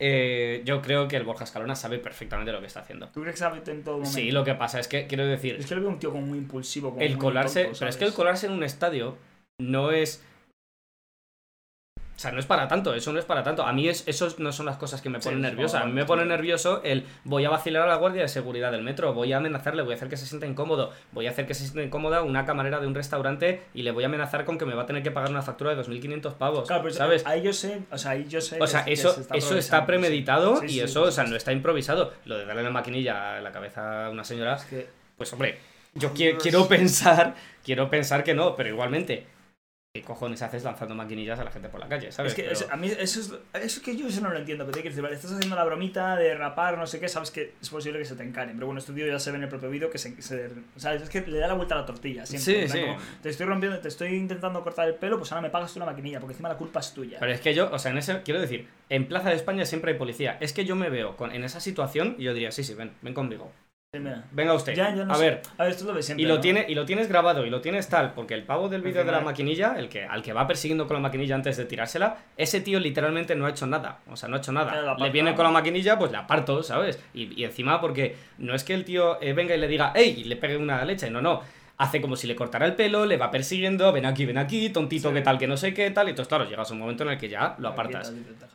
Speaker 1: eh, yo creo que el Borja Escalona sabe perfectamente lo que está haciendo.
Speaker 2: ¿Tú crees que sabe en todo momento?
Speaker 1: Sí, lo que pasa es que, quiero decir,
Speaker 2: Es que lo veo un tío como muy impulsivo. Como
Speaker 1: el
Speaker 2: muy
Speaker 1: colarse.
Speaker 2: tonto,
Speaker 1: pero es
Speaker 2: ¿sabes?
Speaker 1: que el colarse en un estadio no es. O sea, no es para tanto, eso no es para tanto. A mí es, eso no son las cosas que me
Speaker 2: Sí,
Speaker 1: ponen
Speaker 2: no,
Speaker 1: nerviosa. A mí me
Speaker 2: no.
Speaker 1: pone nervioso el voy a vacilar a la guardia de seguridad del metro, voy a amenazarle, voy a hacer que se sienta incómodo, voy a hacer que se sienta incómoda una camarera de un restaurante y le voy a amenazar con que me va a tener que pagar una factura de 2.500 pavos.
Speaker 2: Claro, pues, pero
Speaker 1: ¿Sabes?
Speaker 2: Ahí yo sé, o sea, ahí yo sé.
Speaker 1: O sea,
Speaker 2: que- que
Speaker 1: eso,
Speaker 2: se
Speaker 1: eso
Speaker 2: aprovechando,
Speaker 1: está premeditado
Speaker 2: sí.
Speaker 1: y
Speaker 2: Sí, sí,
Speaker 1: eso,
Speaker 2: por
Speaker 1: o sea, no
Speaker 2: supuesto.
Speaker 1: está improvisado. Lo de darle la maquinilla a la cabeza a una señora,
Speaker 2: Es que-
Speaker 1: pues hombre, yo qui-
Speaker 2: Dios.
Speaker 1: quiero pensar, [LAUGHS] quiero pensar que no, pero igualmente, ¿qué cojones haces lanzando maquinillas a la gente por la calle, sabes?
Speaker 2: Es que
Speaker 1: Pero-
Speaker 2: es- a mí eso es, eso que yo eso no lo entiendo, pero te quiero decir, vale, estás haciendo la bromita de rapar, no sé qué, sabes que es posible que se te encaren, pero bueno, este tío ya se ve en el propio vídeo que se, se- ¿sabes? Es que le da la vuelta a la tortilla, siempre.
Speaker 1: Sí,
Speaker 2: en plan
Speaker 1: sí.
Speaker 2: como, te estoy rompiendo, te estoy intentando cortar el pelo, pues ahora me pagas tú la maquinilla, porque encima la culpa es tuya.
Speaker 1: Pero es que yo, o sea, en ese, quiero decir, en Plaza de España siempre hay policía. Es que yo me veo con, en esa situación y yo diría, sí, sí, ven, ven conmigo.
Speaker 2: Sí, mira.
Speaker 1: Venga usted.
Speaker 2: Ya, ya no
Speaker 1: a
Speaker 2: sé.
Speaker 1: ver,
Speaker 2: A ver, esto es lo de siempre.
Speaker 1: y lo,
Speaker 2: ¿no?
Speaker 1: tiene, y lo tienes grabado y lo tienes tal, porque el pavo del vídeo de la
Speaker 2: final-
Speaker 1: maquinilla, el que, al que va persiguiendo con la maquinilla antes de tirársela, ese tío literalmente no ha hecho nada. O sea, no ha hecho
Speaker 2: Claro, la
Speaker 1: nada. Le
Speaker 2: aparta.
Speaker 1: viene con la maquinilla, pues la aparto, ¿sabes? Y, y encima, porque no es que el tío eh, venga y le diga, ¡ey! y le pegue una leche. No, no. Hace como si le cortara el pelo, le va persiguiendo, ven aquí, ven aquí, tontito,
Speaker 2: Sí.
Speaker 1: que tal, que no sé qué, tal. Y entonces, claro, llegas a un momento en el que ya lo
Speaker 2: Aquí,
Speaker 1: apartas.
Speaker 2: tal, tal, tal.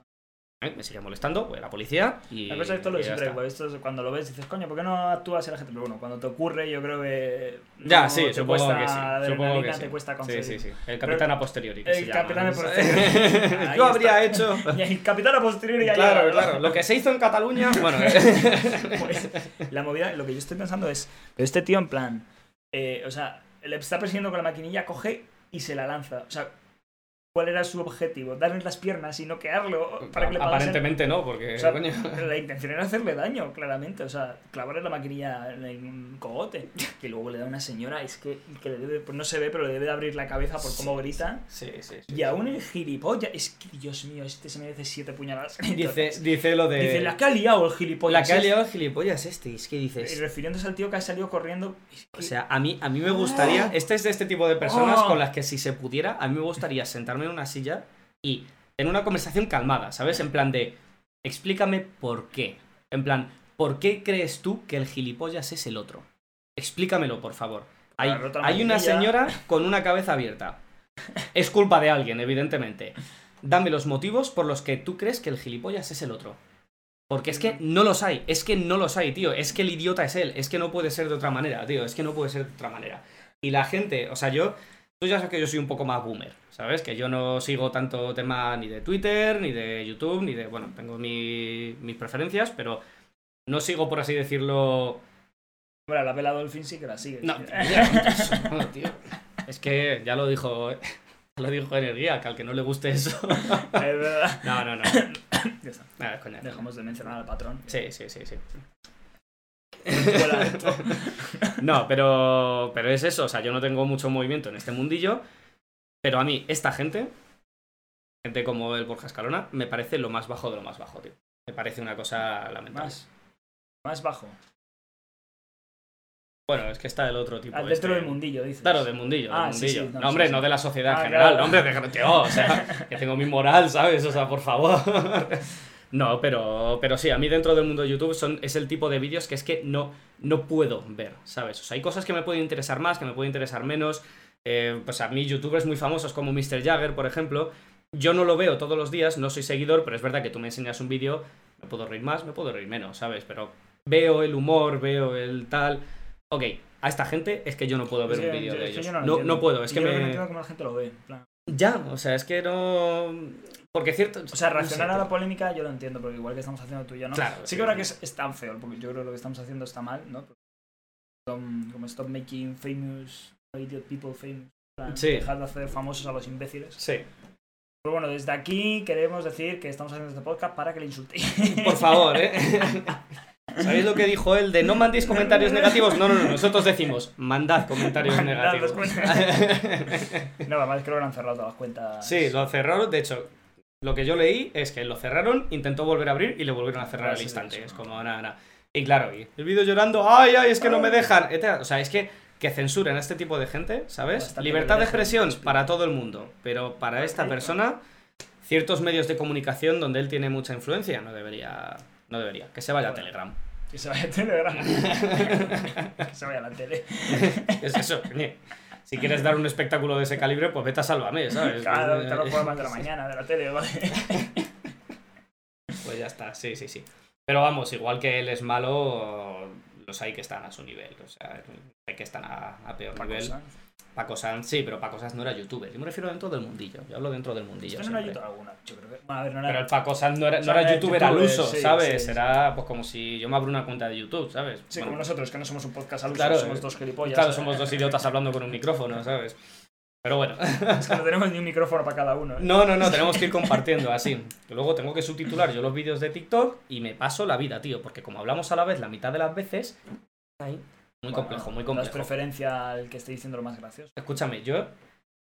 Speaker 1: eh, me sigue molestando, voy a la policía y.
Speaker 2: La cosa es esto lo
Speaker 1: y
Speaker 2: de
Speaker 1: ya
Speaker 2: siempre,
Speaker 1: está.
Speaker 2: pues, esto es cuando lo ves dices, coño, ¿por qué no actúas y la gente? Pero bueno, cuando te ocurre, yo creo que.
Speaker 1: Ya,
Speaker 2: no
Speaker 1: sí,
Speaker 2: te
Speaker 1: supongo
Speaker 2: cuesta
Speaker 1: que sí.
Speaker 2: la
Speaker 1: Supongo que
Speaker 2: adrenalina,
Speaker 1: sí.
Speaker 2: te cuesta
Speaker 1: sí,
Speaker 2: conseguir.
Speaker 1: sí, sí. El capitán a posteriori. que
Speaker 2: el
Speaker 1: se llama,
Speaker 2: capitán
Speaker 1: ¿no?
Speaker 2: a
Speaker 1: [LAUGHS]
Speaker 2: posteriori. Ahí
Speaker 1: Yo habría
Speaker 2: está. [LAUGHS]
Speaker 1: hecho.
Speaker 2: [LAUGHS] Y el capitán a posteriori ya
Speaker 1: Claro,
Speaker 2: llega.
Speaker 1: claro. Lo que se hizo en Cataluña, bueno,
Speaker 2: [LAUGHS]
Speaker 1: eh,
Speaker 2: Pues, la movida, lo que yo estoy pensando es, pero este tío en plan, eh, o sea, le está persiguiendo con la maquinilla, coge y se la lanza. O sea, ¿cuál era su objetivo? Darle las piernas y noquearlo
Speaker 1: [LAUGHS]
Speaker 2: para que le pagasen.
Speaker 1: aparentemente no, porque
Speaker 2: O sea,
Speaker 1: Eh, coño,
Speaker 2: pero la intención era hacerle daño, claramente. O sea, clavarle la maquinilla en un cogote. Que luego le da una señora, es que, que le debe- pues no se ve, pero le debe de abrir la cabeza por cómo grita.
Speaker 1: Sí, sí, sí.
Speaker 2: Y aún el gilipollas, es que Dios mío, este se merece siete puñaladas.
Speaker 1: [LAUGHS] Dice,
Speaker 2: Entonces,
Speaker 1: dice lo de.
Speaker 2: dice, la que ha liado el gilipollas.
Speaker 1: la que ha
Speaker 2: este".
Speaker 1: liado el gilipollas este. y Es que
Speaker 2: Y
Speaker 1: dices.
Speaker 2: refiriéndose al tío que ha salido corriendo. es que-
Speaker 1: O sea, a mí, a mí me gustaría. Este es de este tipo de personas
Speaker 2: Oh.
Speaker 1: con las que si se pudiera, a mí me gustaría sentarme en una silla y tener una conversación calmada, ¿sabes? En plan de. Explícame por qué. En plan, ¿por qué crees tú que el gilipollas es el otro? Explícamelo, por favor. Hay,
Speaker 2: Ha roto la
Speaker 1: hay una
Speaker 2: manilla.
Speaker 1: señora con una cabeza abierta. Es culpa de alguien, evidentemente. Dame los motivos por los que tú crees que el gilipollas es el otro. Porque es que no los hay, es que no los hay, tío. Es que el idiota es él, es que no puede ser de otra manera, tío. Es que no puede ser de otra manera. Y la gente, o sea, yo, tú ya sabes que yo soy un poco más boomer, ¿sabes? Que yo no sigo tanto tema ni de Twitter, ni de YouTube, ni de, bueno, tengo mi- mis preferencias, pero no sigo, por así decirlo,
Speaker 2: Bueno, la vela Dolphin sí que la sigue. [LAUGHS]
Speaker 1: no,
Speaker 2: tío.
Speaker 1: [LAUGHS] no, tío. Es que ya lo dijo. [LAUGHS] Lo dijo Energía, que al que no le guste eso.
Speaker 2: Es verdad.
Speaker 1: No, no, no.
Speaker 2: Ya está.
Speaker 1: [COUGHS] Nada, es coña.
Speaker 2: Dejamos de mencionar al patrón.
Speaker 1: Sí, sí, sí, sí.
Speaker 2: Fuera
Speaker 1: [LAUGHS]
Speaker 2: de todo.
Speaker 1: No, pero, pero es eso. O sea, yo no tengo mucho movimiento en este mundillo. Pero a mí, esta gente, gente como el Borja Escalona, me parece lo más bajo de lo más bajo, tío. Me parece una cosa lamentable.
Speaker 2: Más. Más bajo.
Speaker 1: Bueno, es que está del otro tipo.
Speaker 2: Al
Speaker 1: este.
Speaker 2: dentro del mundillo, dices.
Speaker 1: Claro, del mundillo. del
Speaker 2: Ah, sí,
Speaker 1: mundillo.
Speaker 2: sí, no,
Speaker 1: no, hombre,
Speaker 2: sí,
Speaker 1: no
Speaker 2: sí.
Speaker 1: de la sociedad en
Speaker 2: Ah,
Speaker 1: general.
Speaker 2: claro.
Speaker 1: no, Hombre, de tío,
Speaker 2: [LAUGHS]
Speaker 1: o sea, que tengo mi moral, ¿sabes? O sea, por favor. [LAUGHS] No, pero, pero sí, a mí dentro del mundo de YouTube son, es el tipo de vídeos que es que no, no puedo ver, ¿sabes? O sea, hay cosas que me pueden interesar más, que me pueden interesar menos. Eh, pues a mí youtubers muy famosos como Mr. Jagger, por ejemplo, yo no lo veo todos los días, no soy seguidor, pero es verdad que tú me enseñas un vídeo, me puedo reír más, me puedo reír menos, ¿sabes? Pero veo el humor, veo el tal... Ok, a esta gente es que yo no puedo ver
Speaker 2: Es que-
Speaker 1: un vídeo
Speaker 2: es
Speaker 1: de
Speaker 2: que
Speaker 1: ellos.
Speaker 2: yo
Speaker 1: no,
Speaker 2: lo
Speaker 1: no,
Speaker 2: entiendo.
Speaker 1: puedo, es que
Speaker 2: Yo
Speaker 1: me...
Speaker 2: no entiendo cómo la gente lo ve. en plan.
Speaker 1: Ya, o sea, es que no... Porque cierto...
Speaker 2: O sea,
Speaker 1: no sé,
Speaker 2: reaccionar a
Speaker 1: tío.
Speaker 2: la polémica yo lo entiendo, porque igual que estamos haciendo tú y yo, ¿no?
Speaker 1: Claro,
Speaker 2: sí
Speaker 1: sí,
Speaker 2: que ahora
Speaker 1: sí.
Speaker 2: que es, es tan feo, porque yo creo que lo que estamos haciendo está mal, ¿no? Como como stop making famous, idiot people famous. en plan,
Speaker 1: Sí.
Speaker 2: Dejar de hacer famosos a los imbéciles.
Speaker 1: Sí,
Speaker 2: Pero bueno, desde aquí queremos decir que estamos haciendo este podcast para que le insultéis.
Speaker 1: [LAUGHS]
Speaker 2: [LAUGHS]
Speaker 1: por favor, ¿eh? ¿Sabéis lo que dijo él de no mandéis comentarios negativos? No, no, no, nosotros decimos, mandad comentarios
Speaker 2: Mandad
Speaker 1: negativos.
Speaker 2: los [LAUGHS]
Speaker 1: [LAUGHS]
Speaker 2: No, además creo que lo han cerrado todas las cuentas.
Speaker 1: sí, lo cerraron, de hecho, lo que yo leí es que lo cerraron, intentó volver a abrir y le volvieron a cerrar
Speaker 2: Ah,
Speaker 1: al
Speaker 2: sí,
Speaker 1: instante.
Speaker 2: eso.
Speaker 1: Es como, nada, nada. Y claro, y el vídeo llorando, ay, ay, es que no me dejan. etcétera. O sea, es que, que censuren a este tipo de gente, ¿sabes?
Speaker 2: Bastante
Speaker 1: Libertad
Speaker 2: que le
Speaker 1: de
Speaker 2: dejen,
Speaker 1: expresión
Speaker 2: sí.
Speaker 1: para todo el mundo, pero para esta
Speaker 2: Ok.
Speaker 1: persona, ciertos medios de comunicación donde él tiene mucha influencia, no debería, no debería. Que se vaya a
Speaker 2: Joder.
Speaker 1: Telegram.
Speaker 2: Que se vaya a Telegram. [LAUGHS] que se vaya a la tele.
Speaker 1: Es eso, [LAUGHS] coño. Si quieres dar un espectáculo de ese calibre, pues vete a Sálvame, ¿sabes?
Speaker 2: Claro, te
Speaker 1: [LAUGHS]
Speaker 2: los programas de la mañana, de la tele, [LAUGHS] ¿vale?
Speaker 1: Pues ya está, sí, sí, sí. Pero vamos, igual que él es malo, los hay que están a su nivel. O sea, hay que están a, a peor
Speaker 2: Otra
Speaker 1: nivel.
Speaker 2: cosa.
Speaker 1: Paco Sanz, sí, pero Paco Sanz no era youtuber. Yo me refiero dentro del mundillo. Yo hablo dentro del mundillo.
Speaker 2: Esto no era
Speaker 1: siempre.
Speaker 2: YouTube alguna. Yo creo que. Bueno, a ver, no era.
Speaker 1: Pero el Paco Sanz no era, no
Speaker 2: O sea,
Speaker 1: era
Speaker 2: era
Speaker 1: youtuber, al
Speaker 2: youtuber,
Speaker 1: uso,
Speaker 2: sí,
Speaker 1: ¿sabes?
Speaker 2: sí, sí.
Speaker 1: Era pues como si yo me abro una cuenta de YouTube, ¿sabes?
Speaker 2: Sí,
Speaker 1: Bueno,
Speaker 2: como nosotros, que no somos un podcast al uso,
Speaker 1: Claro,
Speaker 2: somos
Speaker 1: eh,
Speaker 2: dos gilipollas.
Speaker 1: claro, somos dos idiotas hablando con un micrófono, ¿sabes? Pero bueno.
Speaker 2: [LAUGHS] Es que no tenemos ni un micrófono para cada uno. ¿eh?
Speaker 1: No, no, no, tenemos que ir compartiendo así. Que Luego tengo que subtitular yo los vídeos de TikTok y me paso la vida, tío, porque como hablamos a la vez la mitad de las veces, ahí, muy
Speaker 2: Bueno,
Speaker 1: complejo, muy
Speaker 2: das
Speaker 1: complejo.
Speaker 2: preferencia al que esté diciendo lo más gracioso.
Speaker 1: Escúchame, yo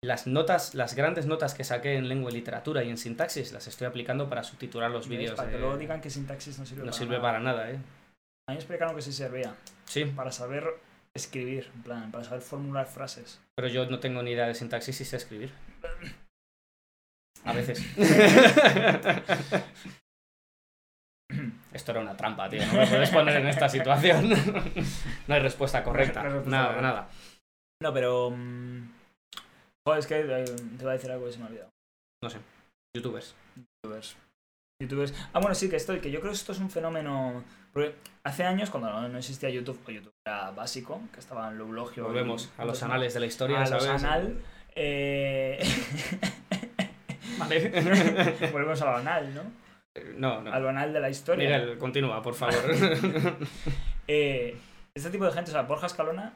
Speaker 1: las notas, las grandes notas que saqué en lengua y literatura y en sintaxis las estoy aplicando para subtitular los
Speaker 2: ¿Veis?
Speaker 1: vídeos.
Speaker 2: Para que
Speaker 1: eh,
Speaker 2: luego digan que sintaxis no sirve
Speaker 1: No
Speaker 2: para
Speaker 1: sirve
Speaker 2: nada.
Speaker 1: para nada, ¿eh?
Speaker 2: A mí me explicaron que sí servía.
Speaker 1: Sí,
Speaker 2: Para saber escribir, en plan, para saber formular frases.
Speaker 1: pero yo no tengo ni idea de sintaxis y sé escribir. A veces. Esto era una trampa, tío. No me puedes poner en esta situación. No hay respuesta correcta.
Speaker 2: No hay respuesta
Speaker 1: nada,
Speaker 2: correcta.
Speaker 1: nada.
Speaker 2: No, pero. mm, Joder, es que eh, te iba a decir algo que se me ha olvidado.
Speaker 1: Youtubers.
Speaker 2: Youtubers. youtubers. Ah, bueno, sí, que estoy, que yo creo que esto es un fenómeno. Porque hace años, cuando no, no existía YouTube, o YouTube era básico, que estaba en Loblogio.
Speaker 1: Volvemos
Speaker 2: y-
Speaker 1: a los anales de la historia,
Speaker 2: a
Speaker 1: ¿sabes?
Speaker 2: los anal. eh, [LAUGHS]
Speaker 1: Vale.
Speaker 2: Volvemos a lo anal, ¿no?
Speaker 1: Eh, No, no.
Speaker 2: A lo anal de la historia.
Speaker 1: Miguel, continúa,
Speaker 2: [LAUGHS]
Speaker 1: por favor. Pues
Speaker 2: Eh, este tipo de gente, o sea, Borja Escalona,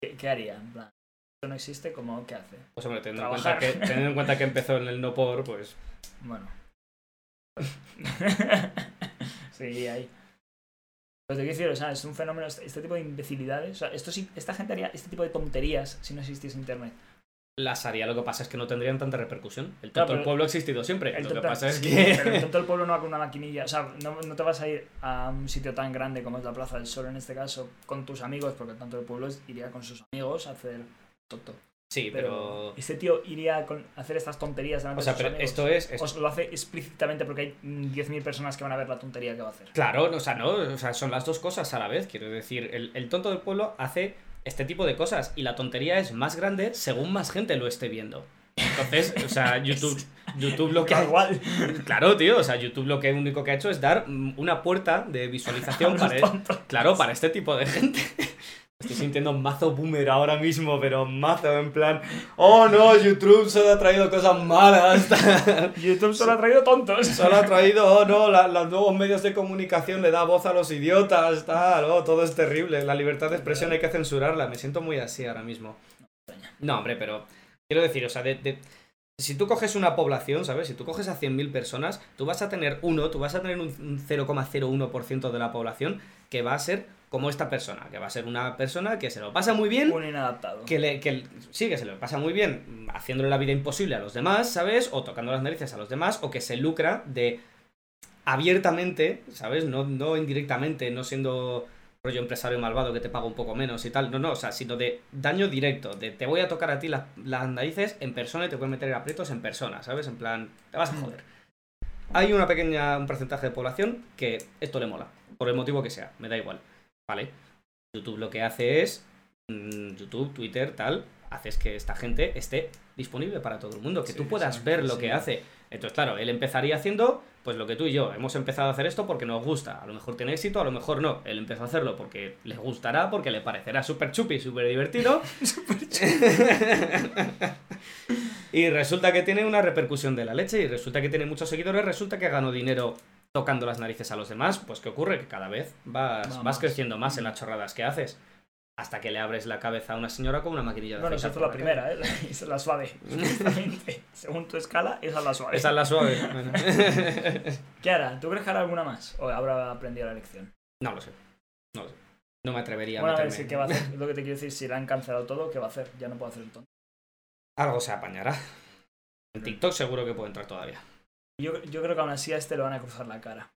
Speaker 2: ¿qué, qué haría? En plan, esto no existe, ¿cómo, ¿qué hace?
Speaker 1: Pues hombre, teniendo en, cuenta
Speaker 2: Trabajar.
Speaker 1: que, teniendo en cuenta que empezó en el no por, pues [LAUGHS]
Speaker 2: Bueno. Seguiría ahí. Pero te quiero decir, o sea, es un fenómeno, este este tipo de imbecilidades. O sea, esto sí, esta gente haría este tipo de tonterías si no existiese internet.
Speaker 1: las haría. Lo que pasa es que no tendrían tanta repercusión. El
Speaker 2: Claro,
Speaker 1: tonto del
Speaker 2: pero-
Speaker 1: pueblo ha existido siempre.
Speaker 2: El
Speaker 1: Lo que
Speaker 2: tonto-
Speaker 1: pasa es
Speaker 2: sí, Pero el
Speaker 1: que...
Speaker 2: tonto del pueblo no va con una maquinilla. O sea, no, no te vas a ir a un sitio tan grande como es la Plaza del Sol en este caso, con tus amigos, porque el tonto del pueblo iría con sus amigos a hacer tonto.
Speaker 1: [LAUGHS] Sí, pero...
Speaker 2: Este tío iría con- a hacer estas tonterías delante
Speaker 1: O sea,
Speaker 2: de sus
Speaker 1: pero
Speaker 2: amigos.
Speaker 1: esto es... es-
Speaker 2: Os lo hace explícitamente porque hay mm, 10.000 personas que van a ver la tontería que va a hacer.
Speaker 1: Claro, no, o sea, no, o sea, son las dos cosas a la vez. Quiero decir, el, el tonto del pueblo hace este tipo de cosas y la tontería es más grande según más gente lo esté viendo. Entonces,
Speaker 2: [LAUGHS]
Speaker 1: o sea, YouTube, YouTube lo que
Speaker 2: Da
Speaker 1: ha- [LAUGHS]
Speaker 2: igual.
Speaker 1: Claro, tío, o sea, YouTube lo que único que ha hecho es dar mm, una puerta
Speaker 2: [LAUGHS]
Speaker 1: de visualización
Speaker 2: Unos
Speaker 1: para,
Speaker 2: tontos.
Speaker 1: Claro, para este tipo de gente. [LAUGHS] Estoy sintiendo mazo boomer ahora mismo, pero mazo en plan. Oh no, YouTube solo ha traído cosas malas. [LAUGHS] tal".
Speaker 2: YouTube solo ha traído tontos.
Speaker 1: [LAUGHS] Solo ha traído, oh no, la- los nuevos medios de comunicación le da voz a los idiotas, tal, oh, todo es terrible. La libertad de expresión hay que censurarla. Me siento muy así ahora mismo. No, hombre, pero. Quiero decir, o sea, de. de- si tú coges una población, ¿sabes? Si tú coges a 100.000 personas, tú vas a tener uno, tú vas a tener un un 0,01% de la población que va a ser como esta persona, que va a ser una persona que se lo pasa
Speaker 2: [LAUGHS]
Speaker 1: muy bien,
Speaker 2: Un inadaptado.
Speaker 1: que, le, que el- sí, que se le pasa muy bien mm, haciéndole la vida imposible a los demás, ¿sabes? O tocando las narices a los demás, o que se lucra de abiertamente, ¿sabes? No, no indirectamente, no siendo rollo empresario malvado que te paga un poco menos y tal, no, no, o sea, sino de daño directo, de te voy a tocar a ti las, las narices en persona y te voy a meter en aprietos en persona, ¿sabes? En plan, te vas a joder. Hay una pequeña, un porcentaje de población que esto le mola, por el motivo que sea, me da igual, ¿vale? YouTube lo que hace es mm, YouTube, Twitter, tal, haces que esta gente esté disponible para todo el mundo, que
Speaker 2: Sí,
Speaker 1: tú puedas
Speaker 2: sí,
Speaker 1: ver lo
Speaker 2: sí.
Speaker 1: que hace. Entonces, claro, él empezaría haciendo pues lo que tú y yo hemos empezado a hacer esto porque nos gusta. A lo mejor tiene éxito, a lo mejor no. Él empezó a hacerlo porque le gustará, porque le parecerá súper chupi, súper
Speaker 2: [LAUGHS]
Speaker 1: divertido. [LAUGHS] y resulta que tiene una repercusión de la leche y resulta que tiene muchos seguidores, resulta que ganó dinero tocando las narices a los demás. Pues ¿qué ocurre? Que cada vez vas,
Speaker 2: Va
Speaker 1: vas
Speaker 2: más.
Speaker 1: creciendo más en las chorradas que haces. Hasta que le abres la cabeza a una señora con una maquinilla de
Speaker 2: Bueno,
Speaker 1: afeitar
Speaker 2: esa fue
Speaker 1: por
Speaker 2: la
Speaker 1: calle.
Speaker 2: primera, ¿eh? [LAUGHS] Esa es la suave.
Speaker 1: [LAUGHS]
Speaker 2: Justamente. Según tu escala, esa es la suave.
Speaker 1: Esa es la suave. Bueno. [LAUGHS]
Speaker 2: ¿Qué hará? ¿Tú crees que hará alguna más? ¿O habrá aprendido la lección?
Speaker 1: no lo sé. No lo sé. No me atrevería
Speaker 2: Bueno, a
Speaker 1: a
Speaker 2: ver
Speaker 1: meterme.
Speaker 2: si qué va a hacer. Lo que te quiero decir, si le han cancelado todo, ¿qué va a hacer? Ya no puedo hacer tonto.
Speaker 1: Algo se apañará. En TikTok seguro que puedo entrar todavía.
Speaker 2: Yo, yo creo que aún así a este le van a cruzar la cara.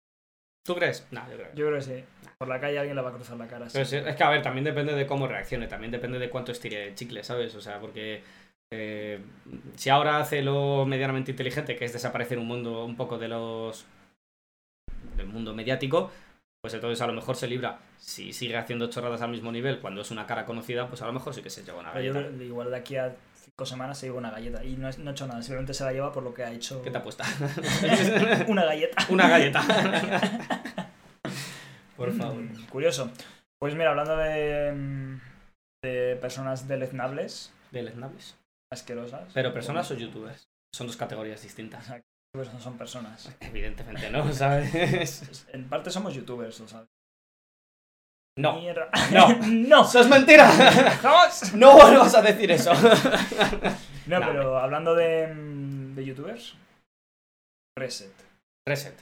Speaker 1: ¿Tú crees? No, yo creo que no.
Speaker 2: Yo creo que sí. Por la calle alguien le va a cruzar la cara. sí.
Speaker 1: Pero sí, es que, a ver, también depende de cómo reaccione, también depende de cuánto estire el chicle, ¿sabes? O sea, porque eh, si ahora hace lo medianamente inteligente, que es desaparecer un mundo un poco de los del mundo mediático, pues entonces a lo mejor se libra. Si sigue haciendo chorradas al mismo nivel cuando es una cara conocida, pues a lo mejor sí que se lleva una
Speaker 2: Pero yo
Speaker 1: galleta.
Speaker 2: creo que igual de aquí a cinco semanas se lleva una galleta. Y no, es- no ha hecho nada, simplemente se la lleva por lo que ha hecho.
Speaker 1: ¿Qué te apuesta? [LAUGHS]
Speaker 2: una galleta.
Speaker 1: una galleta. [LAUGHS] Por favor.
Speaker 2: Mm, Curioso. Pues mira, hablando de, mm, de personas deleznables,
Speaker 1: Deleznables.
Speaker 2: asquerosas.
Speaker 1: Pero personas o
Speaker 2: bueno,
Speaker 1: youtubers. Son dos categorías distintas.
Speaker 2: youtubers Pues no son personas.
Speaker 1: Evidentemente no, [LAUGHS] ¿sabes?
Speaker 2: En parte somos youtubers, lo sabes.
Speaker 1: No.
Speaker 2: Mierda.
Speaker 1: No.
Speaker 2: [LAUGHS] no.
Speaker 1: ¡Eso es mentira! [LAUGHS]
Speaker 2: ¡Vamos!
Speaker 1: No vuelvas a decir eso.
Speaker 2: No,
Speaker 1: Nah,
Speaker 2: pero hablando de, mm, de youtubers, Reset.
Speaker 1: [LAUGHS] Reset.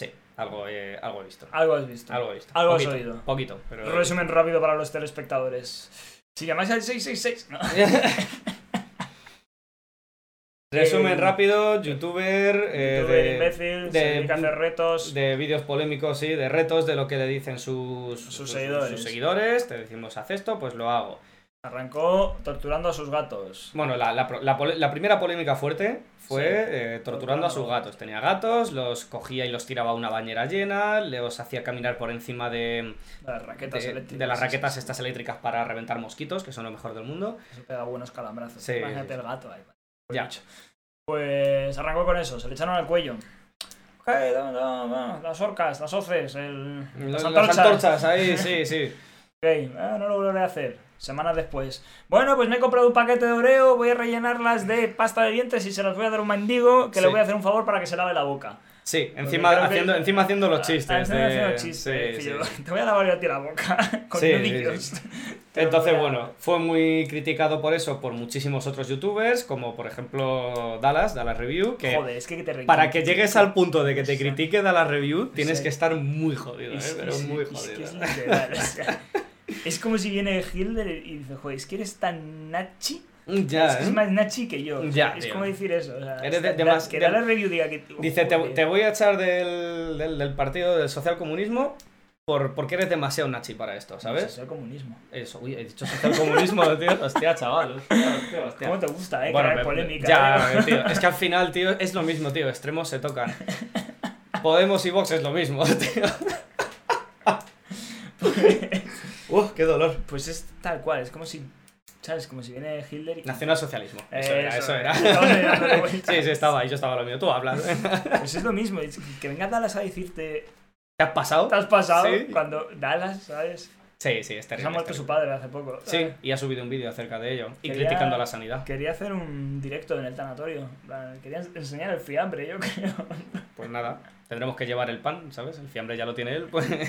Speaker 1: Sí, algo, eh, algo he visto.
Speaker 2: Algo has visto.
Speaker 1: Algo he visto.
Speaker 2: Algo has
Speaker 1: poquito,
Speaker 2: oído.
Speaker 1: Poquito, pero.
Speaker 2: Resumen rápido para los telespectadores. Si llamáis al 666. No.
Speaker 1: [LAUGHS] Resumen rápido, youtuber. eh,
Speaker 2: Eh, Youtuber
Speaker 1: de-
Speaker 2: imbécil, se
Speaker 1: de-
Speaker 2: dedica a hacer retos.
Speaker 1: de vídeos polémicos, sí, de retos, de lo que le dicen sus,
Speaker 2: Sus seguidores.
Speaker 1: sus seguidores. Te decimos, haz esto, pues lo hago.
Speaker 2: Arrancó torturando a sus gatos.
Speaker 1: Bueno, la, la pro- la pole- la primera polémica fuerte fue
Speaker 2: Sí.
Speaker 1: eh, torturando a sus
Speaker 2: Torturando.
Speaker 1: gatos. Tenía gatos, los cogía y los tiraba a una bañera llena, los hacía caminar por encima de,
Speaker 2: De las raquetas
Speaker 1: de,
Speaker 2: eléctricas.
Speaker 1: de las raquetas estas eléctricas para reventar mosquitos, que son lo mejor del mundo.
Speaker 2: Eso pega buenos calambrazos.
Speaker 1: Sí,
Speaker 2: Imagínate
Speaker 1: sí, sí.
Speaker 2: el gato ahí.
Speaker 1: Ya.
Speaker 2: Pues arrancó con eso, se le echaron al cuello. "Hey, dame, dame, dame, las orcas, las hoces, el,
Speaker 1: Las
Speaker 2: las
Speaker 1: antorchas.
Speaker 2: antorchas. [LAUGHS]
Speaker 1: ahí, sí, sí.
Speaker 2: Ok, eh, no lo volveré a hacer. Semanas después. Bueno, pues me he comprado un paquete de Oreo, voy a rellenarlas de pasta de dientes y se las voy a dar a un mendigo que le
Speaker 1: Sí.
Speaker 2: voy a hacer un favor para que se lave la boca.
Speaker 1: Sí,
Speaker 2: Porque
Speaker 1: encima,
Speaker 2: creo que-
Speaker 1: haciendo, encima haciendo los
Speaker 2: Ah,
Speaker 1: chistes.
Speaker 2: ah, encima
Speaker 1: de-
Speaker 2: haciendo los chistes,
Speaker 1: sí, sí,
Speaker 2: tío.
Speaker 1: sí.
Speaker 2: Te voy a lavar yo a ti la boca [LAUGHS] con
Speaker 1: Sí, sí,
Speaker 2: nudillos.
Speaker 1: sí.
Speaker 2: Te
Speaker 1: Entonces,
Speaker 2: voy a-
Speaker 1: bueno, fue muy criticado por eso por muchísimos otros youtubers, como por ejemplo Dallas, Dallas Review, que
Speaker 2: Joder, es que te re-
Speaker 1: para que llegues al punto de que te
Speaker 2: Sí.
Speaker 1: critique Dallas Review, tienes
Speaker 2: Sí.
Speaker 1: que estar muy jodido, ¿eh?
Speaker 2: Es-
Speaker 1: pero
Speaker 2: es-
Speaker 1: muy
Speaker 2: es que
Speaker 1: jodido.
Speaker 2: es literal, o
Speaker 1: [LAUGHS]
Speaker 2: sea, es como si viene Hilder y dice, joder, es que eres tan nachi. es
Speaker 1: Ya,
Speaker 2: que
Speaker 1: ¿eh?
Speaker 2: es más nachi que yo. o sea,
Speaker 1: Ya,
Speaker 2: es
Speaker 1: tío.
Speaker 2: como decir eso. o sea,
Speaker 1: Eres de-
Speaker 2: está-
Speaker 1: de más-
Speaker 2: que
Speaker 1: de-
Speaker 2: da la review diga que.
Speaker 1: Dice, te,
Speaker 2: joder.
Speaker 1: te voy a echar del, del, del partido del socialcomunismo por, porque eres demasiado nazi para esto,
Speaker 2: Pues
Speaker 1: ¿sabes?
Speaker 2: eso es comunismo.
Speaker 1: Eso, uy, he dicho
Speaker 2: [LAUGHS]
Speaker 1: socialcomunismo, tío. Hostia, chaval, hostia, hostia, hostia.
Speaker 2: ¿Cómo te gusta, eh? crear
Speaker 1: me-
Speaker 2: polémica.
Speaker 1: pues, Ya,
Speaker 2: eh?
Speaker 1: tío. Es que al final, tío, es lo mismo, tío. Extremos
Speaker 2: [LAUGHS]
Speaker 1: se tocan. Podemos y Vox es lo mismo, [LAUGHS] tío. [LAUGHS] Uf, qué dolor.
Speaker 2: Pues es tal cual, es como si. ¿Sabes? Como si viene Hitler y.
Speaker 1: Nacionalsocialismo. Eso
Speaker 2: Eh,
Speaker 1: era, eso
Speaker 2: [LAUGHS]
Speaker 1: era. [LAUGHS]
Speaker 2: Estamos dándole vueltas.
Speaker 1: Sí, sí, estaba ahí, yo estaba lo mío. Tú
Speaker 2: [LAUGHS]
Speaker 1: hablas. ¿Te
Speaker 2: Pues es lo mismo, es que venga Dallas a decirte.
Speaker 1: has pasado?
Speaker 2: ¿Te has pasado?
Speaker 1: Sí.
Speaker 2: Cuando Dallas, ¿sabes?
Speaker 1: Sí, sí, es
Speaker 2: Se ha
Speaker 1: terrible.
Speaker 2: muerto
Speaker 1: es
Speaker 2: su
Speaker 1: terrible.
Speaker 2: padre hace poco.
Speaker 1: Sí, y ha subido un vídeo acerca de ello. Y
Speaker 2: Quería-
Speaker 1: criticando la sanidad.
Speaker 2: Quería hacer un directo en el tanatorio. en plan, Quería ens- enseñar el fiambre, yo [LAUGHS] creo.
Speaker 1: Pues nada, tendremos que llevar el pan, ¿sabes? El fiambre ya lo tiene él. pues. [LAUGHS]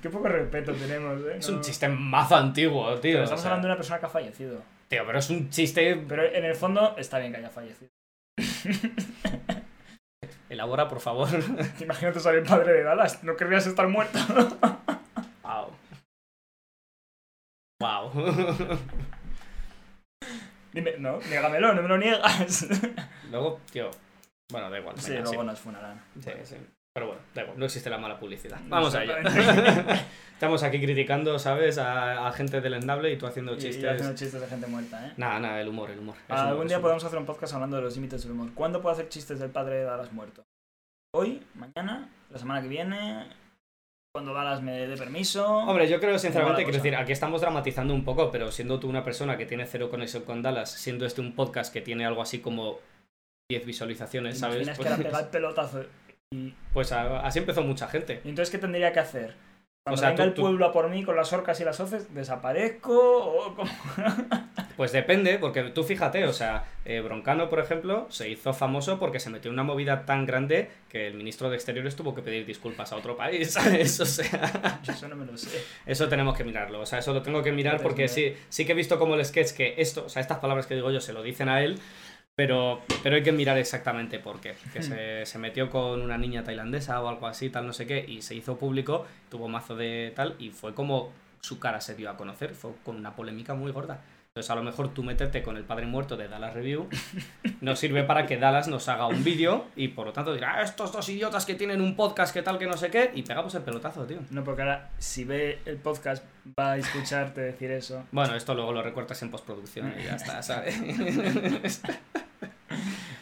Speaker 2: Qué poco respeto tenemos, ¿eh?
Speaker 1: Es un
Speaker 2: No.
Speaker 1: chiste mazo antiguo, tío.
Speaker 2: Pero
Speaker 1: o
Speaker 2: estamos
Speaker 1: sea,
Speaker 2: hablando de una persona que ha fallecido.
Speaker 1: Tío, pero es un chiste.
Speaker 2: Pero en el fondo está bien que haya fallecido. [LAUGHS]
Speaker 1: Elabora, por favor. [LAUGHS]
Speaker 2: Imagínate ser el padre de Dallas. No querrías estar muerto. [LAUGHS]
Speaker 1: Wow. Wow.
Speaker 2: Dime, no, niégamelo, no me lo niegas.
Speaker 1: [LAUGHS]
Speaker 2: [LAUGHS]
Speaker 1: luego, tío. Bueno, da igual.
Speaker 2: Sí,
Speaker 1: venga,
Speaker 2: luego nos funarán.
Speaker 1: sí, sí, sí. Pero bueno, da igual, no existe la mala publicidad. Vamos a ello.
Speaker 2: Exactamente.
Speaker 1: [LAUGHS] Estamos aquí criticando, ¿sabes? A, a gente deleznable y tú haciendo
Speaker 2: Y-
Speaker 1: chistes.
Speaker 2: Y haciendo chistes de gente muerta, ¿eh?
Speaker 1: Nada, nada, el humor, el humor. Es humor,
Speaker 2: Algún
Speaker 1: es
Speaker 2: día
Speaker 1: humor.
Speaker 2: podemos hacer un podcast hablando de los límites del humor. ¿Cuándo puedo hacer chistes del padre de Dallas muerto? Hoy, mañana, la semana que viene, cuando Dallas me dé permiso.
Speaker 1: Hombre, yo creo sinceramente,
Speaker 2: Mala
Speaker 1: quiero
Speaker 2: cosa.
Speaker 1: decir, aquí estamos dramatizando un poco, pero siendo tú una persona que tiene cero conexión con Dallas, siendo este un podcast que tiene algo así como 10
Speaker 2: ¿Te
Speaker 1: visualizaciones, ¿sabes?
Speaker 2: imaginas que
Speaker 1: Pues,
Speaker 2: ahora pega el pelotazo. Y,
Speaker 1: pues a- así empezó mucha gente.
Speaker 2: y entonces, ¿qué tendría que hacer? Cuando
Speaker 1: sea,
Speaker 2: venga
Speaker 1: tú-
Speaker 2: el
Speaker 1: tú-
Speaker 2: pueblo a por mí con las orcas y las hoces, ¿desaparezco? ¿O cómo? [LAUGHS]
Speaker 1: Pues depende, porque tú fíjate, o sea, eh, Broncano, por ejemplo, se hizo famoso porque se metió en una movida tan grande que el ministro de Exteriores tuvo que pedir disculpas a otro país, [LAUGHS] ¿sabes? O sea,
Speaker 2: Yo eso no me lo sé.
Speaker 1: eso tenemos que mirarlo, o sea, eso lo tengo que mirar
Speaker 2: Puedes
Speaker 1: porque
Speaker 2: mirar.
Speaker 1: sí, sí que he visto como el sketch que esto, o sea, estas palabras que digo yo se lo dicen a él, pero, pero hay que mirar exactamente por qué. Que se, se metió con una niña tailandesa o algo así, tal, no sé qué, y se hizo público, tuvo mazo de tal, y fue como su cara se dio a conocer, fue con una polémica muy gorda. Entonces, a lo mejor tú meterte con el padre muerto de Dallas Review nos sirve para que Dallas nos haga un vídeo y por lo tanto dirá, "Ah, estos dos idiotas que tienen un podcast que tal, que no sé qué, y pegamos el pelotazo, tío.
Speaker 2: No, porque ahora, si ve el podcast, va a escucharte decir eso.
Speaker 1: Bueno, esto luego lo recortas en postproducción y ya está, [LAUGHS] ¿sabes?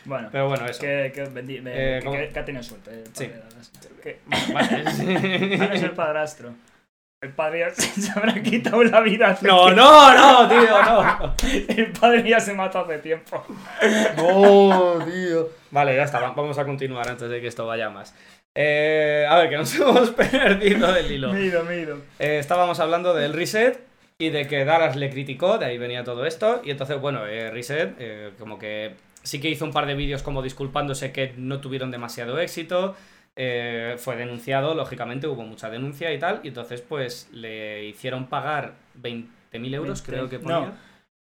Speaker 2: Bueno,
Speaker 1: Pero bueno, eso.
Speaker 2: que, que, bendi-
Speaker 1: Eh,
Speaker 2: que-
Speaker 1: ¿cómo?
Speaker 2: que- que ha tenido suerte. El
Speaker 1: Sí.
Speaker 2: padre de Dallas. Que- [LAUGHS] Ah, no es el
Speaker 1: [LAUGHS] Vale.
Speaker 2: padrastro. El padre ya [LAUGHS] se se habrá quitado la vida. hace
Speaker 1: No, no, no, tío, no.
Speaker 2: tiempo. El padre ya se mató hace tiempo.
Speaker 1: No, tío. Vale, ya está, va- vamos a continuar antes de que esto vaya más. Eh, a ver, que nos [LAUGHS] hemos perdido del hilo.
Speaker 2: Me he ido, me he ido.
Speaker 1: Eh, estábamos hablando del reset y de que Dallas le criticó, de ahí venía todo esto. Y entonces, bueno, eh, reset, eh, como que sí que hizo un par de vídeos como disculpándose que no tuvieron demasiado éxito. eh, fue denunciado, lógicamente, hubo mucha denuncia y tal. Y entonces, pues le hicieron pagar 20.000 euros,
Speaker 2: 20.
Speaker 1: creo que
Speaker 2: No,
Speaker 1: ponía.